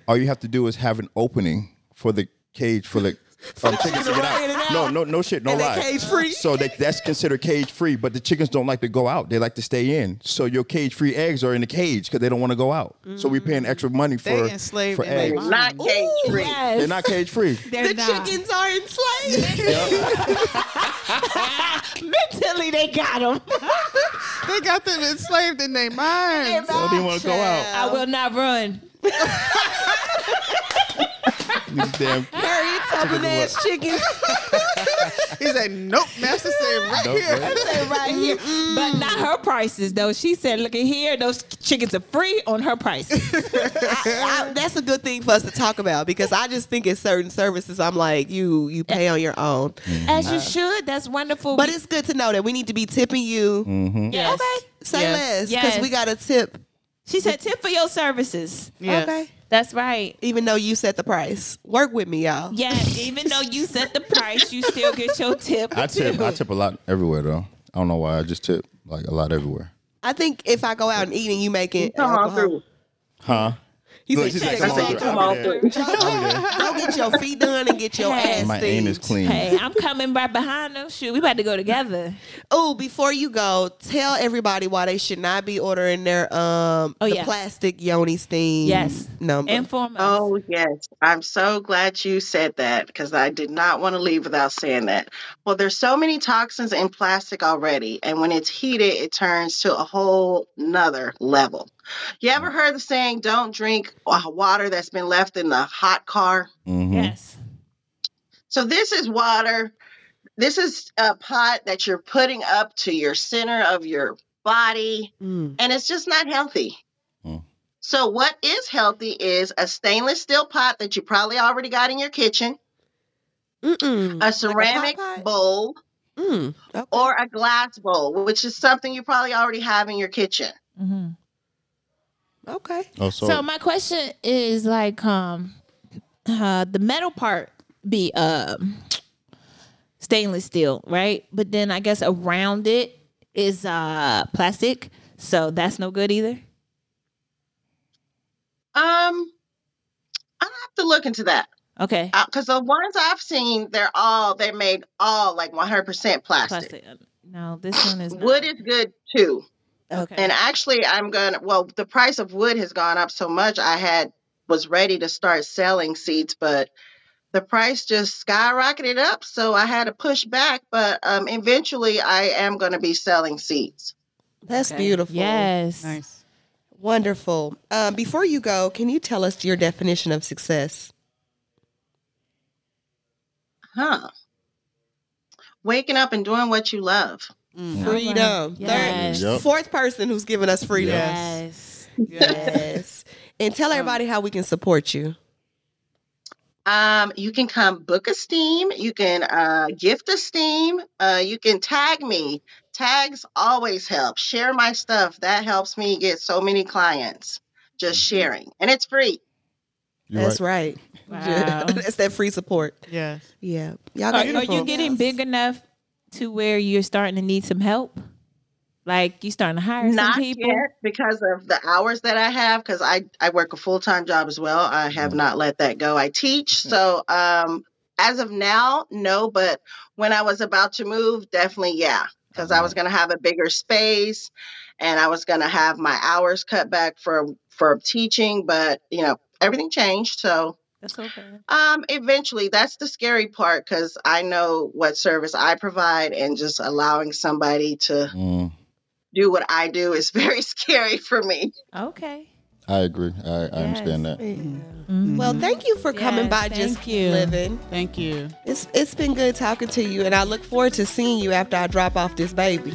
Speaker 2: All you have to do is have an opening for the cage for the um, chickens to get
Speaker 1: in and
Speaker 2: out.
Speaker 1: out.
Speaker 2: No, no, no shit. No
Speaker 1: And they
Speaker 2: lie.
Speaker 1: cage-free.
Speaker 2: So they, that's considered cage free. But the chickens don't like to go out. They like to stay in. So your cage free eggs are in the cage because they don't want to go out. So we paying extra money for
Speaker 3: They enslaved
Speaker 2: for
Speaker 3: in their
Speaker 2: eggs.
Speaker 3: mind.
Speaker 4: Not cage free.
Speaker 5: yes.
Speaker 2: They're not cage free.
Speaker 1: the chickens are enslaved.
Speaker 5: mentally they got them
Speaker 3: They got them enslaved in their minds.
Speaker 2: They don't even want to go out.
Speaker 5: i will not run
Speaker 2: These damn
Speaker 1: Harriet Tubman ass chickens
Speaker 3: He said, "Nope, master said right
Speaker 2: Nope,
Speaker 3: here."
Speaker 2: right?
Speaker 5: right here. But not her prices though. She said, "Look at here, those chickens are free on her prices."
Speaker 1: I, that's a good thing for us to talk about because I just think it's certain services I'm like you you pay on your own,
Speaker 5: As you should. That's wonderful.
Speaker 1: but it's good to know that we need to be tipping you.
Speaker 5: yes.
Speaker 1: Okay, say
Speaker 5: Mm. Yes.
Speaker 1: less because
Speaker 5: Yes.
Speaker 1: we got a tip.
Speaker 5: She said, "Tip for your services."
Speaker 3: Yes.
Speaker 1: Okay,
Speaker 5: That's right.
Speaker 1: even though you set the price, work with me, y'all.
Speaker 5: Yeah, even though you set the price, you still get your tip.
Speaker 2: I tip. I tip a lot everywhere though. I don't know why. I just tip like a lot everywhere.
Speaker 1: I think if I go out and eat and you make it,
Speaker 4: Come on
Speaker 1: alcohol-
Speaker 4: through.
Speaker 2: Huh?
Speaker 1: He
Speaker 2: Look,
Speaker 1: said,
Speaker 2: she's
Speaker 1: check,
Speaker 2: like,
Speaker 1: I
Speaker 2: come on
Speaker 1: said,
Speaker 2: through.
Speaker 1: come
Speaker 2: I'll
Speaker 1: on
Speaker 2: be
Speaker 1: through. Go get your feet done and get your
Speaker 5: Hey.
Speaker 1: ass
Speaker 2: My aim is
Speaker 1: steamed.
Speaker 2: clean.
Speaker 5: Hey, I'm coming right behind them. Shoot, we about to go together.
Speaker 1: Oh, before you go, tell everybody why they should not be ordering their um
Speaker 5: Oh,
Speaker 1: the
Speaker 5: yeah.
Speaker 1: plastic yoni steam.
Speaker 5: Yes.
Speaker 1: number.
Speaker 5: Inform us.
Speaker 4: Oh, yes. I'm so glad you said that because I did not want to leave without saying that. Well, there's so many toxins in plastic already, and when it's heated, it turns to a whole nother level. You ever heard the saying, don't drink uh, water that's been left in the hot car?
Speaker 2: Mhm.
Speaker 5: yes.
Speaker 4: So this is water. This is a pot that you're putting up to your center of your body,
Speaker 1: Mm.
Speaker 4: and it's just not healthy.
Speaker 2: Mm.
Speaker 4: So what is healthy is a stainless steel pot that you probably already got in your kitchen.
Speaker 1: Mm-mm.
Speaker 4: a ceramic
Speaker 1: Mm, pot?
Speaker 4: bowl
Speaker 1: Mm. Okay.
Speaker 4: or a glass bowl, which is something you probably already have in your kitchen.
Speaker 5: Mm-hmm.
Speaker 1: okay.
Speaker 2: Oh,
Speaker 5: So,
Speaker 2: so,
Speaker 5: my question is like um uh the metal part be um stainless steel, right? But then I guess around it is uh plastic. So that's no good either.
Speaker 4: Um, I'd have to look into that
Speaker 5: Okay.
Speaker 4: because the ones I've seen, they're all they're made all like 100% plastic.
Speaker 5: Plastic. No, this one is not.
Speaker 4: Wood is good too.
Speaker 5: okay.
Speaker 4: And actually, I'm gonna. Well, the price of wood has gone up so much. I had was ready to start selling seeds, but the price just skyrocketed up, so I had to push back. But um, eventually, I am going to be selling seeds.
Speaker 1: That's
Speaker 5: Okay.
Speaker 1: beautiful.
Speaker 5: Yes.
Speaker 3: Nice.
Speaker 1: Wonderful. Um, before you go, can you tell us your definition of success?
Speaker 4: Huh? Waking up and doing what you love.
Speaker 3: Mm.
Speaker 1: Freedom.
Speaker 5: Yes.
Speaker 2: Yep.
Speaker 1: Fourth person who's giving us freedom.
Speaker 5: Yes.
Speaker 3: Yeah.
Speaker 1: Yes. And
Speaker 5: Um,
Speaker 1: tell everybody how we can support you.
Speaker 4: Um, you can come book a steam. You can uh, gift a steam. Uh, you can tag me. Tags always help. Share my stuff. That helps me get so many clients. Just sharing, and it's free.
Speaker 2: you're
Speaker 1: That's right.
Speaker 5: Wow.
Speaker 1: That's that free support.
Speaker 3: Yes.
Speaker 1: Yeah. Y'all
Speaker 5: Are,
Speaker 1: got
Speaker 5: are you
Speaker 1: uniforms.
Speaker 5: getting big enough to where you're starting to need some help? Like you starting to hire
Speaker 4: Not
Speaker 5: some people?
Speaker 4: yet because of the hours that I have. Because I I work a full time job as well. I have not let that go. I teach. So um, as of now, no. But when I was about to move, definitely yeah. because I was going to have a bigger space and I was going to have my hours cut back for for teaching, but you know, everything changed. So,
Speaker 5: That's okay.
Speaker 4: um eventually that's the scary part cuz I know what service I provide and just allowing somebody to
Speaker 2: Mm,
Speaker 4: do what I do is very scary for me.
Speaker 5: Okay.
Speaker 2: I agree. I, I understand
Speaker 5: Yes.
Speaker 2: that.
Speaker 1: Yeah.
Speaker 5: Mhm.
Speaker 1: Mm-hmm. Well, thank you for coming
Speaker 5: Yes,
Speaker 1: by just
Speaker 5: thank you.
Speaker 1: living.
Speaker 3: Thank you.
Speaker 1: It's it's been good talking to you and I look forward to seeing you after I drop off this baby.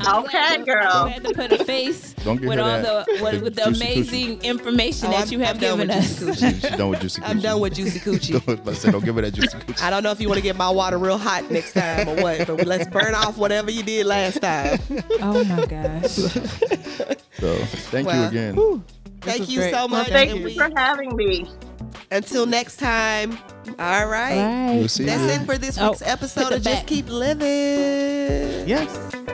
Speaker 5: I'm
Speaker 4: Okay,
Speaker 5: glad to-
Speaker 4: girl.
Speaker 5: I'm glad to put a face
Speaker 2: Don't give
Speaker 5: with
Speaker 2: her
Speaker 5: all
Speaker 2: that.
Speaker 5: the with,
Speaker 2: Big
Speaker 5: with the
Speaker 2: juicy
Speaker 5: amazing information
Speaker 1: Oh,
Speaker 5: that
Speaker 1: I'm-
Speaker 5: you have
Speaker 1: I'm done with
Speaker 5: given us.
Speaker 1: juicy
Speaker 2: She's done with juicy.
Speaker 1: I'm
Speaker 2: Coochie.
Speaker 1: done with Juicy Coochie.
Speaker 2: Don't- but I said, don't give her that juicy. Coochie.
Speaker 1: I don't know if you want to get my water real hot next time or what, but let's burn off whatever you did last time.
Speaker 5: oh my gosh.
Speaker 2: So thank you
Speaker 1: Well,
Speaker 2: again.
Speaker 1: Thank
Speaker 3: was
Speaker 1: you
Speaker 3: great.
Speaker 1: so much.
Speaker 4: Thank
Speaker 1: and
Speaker 4: you
Speaker 1: we-
Speaker 4: for having me.
Speaker 1: until next time. All right.
Speaker 5: Right.
Speaker 2: We'll see
Speaker 1: That's
Speaker 2: you.
Speaker 1: it for this
Speaker 5: Oh,
Speaker 1: week's episode
Speaker 5: the
Speaker 1: of Just
Speaker 5: back.
Speaker 1: Keep Living.
Speaker 3: Yes.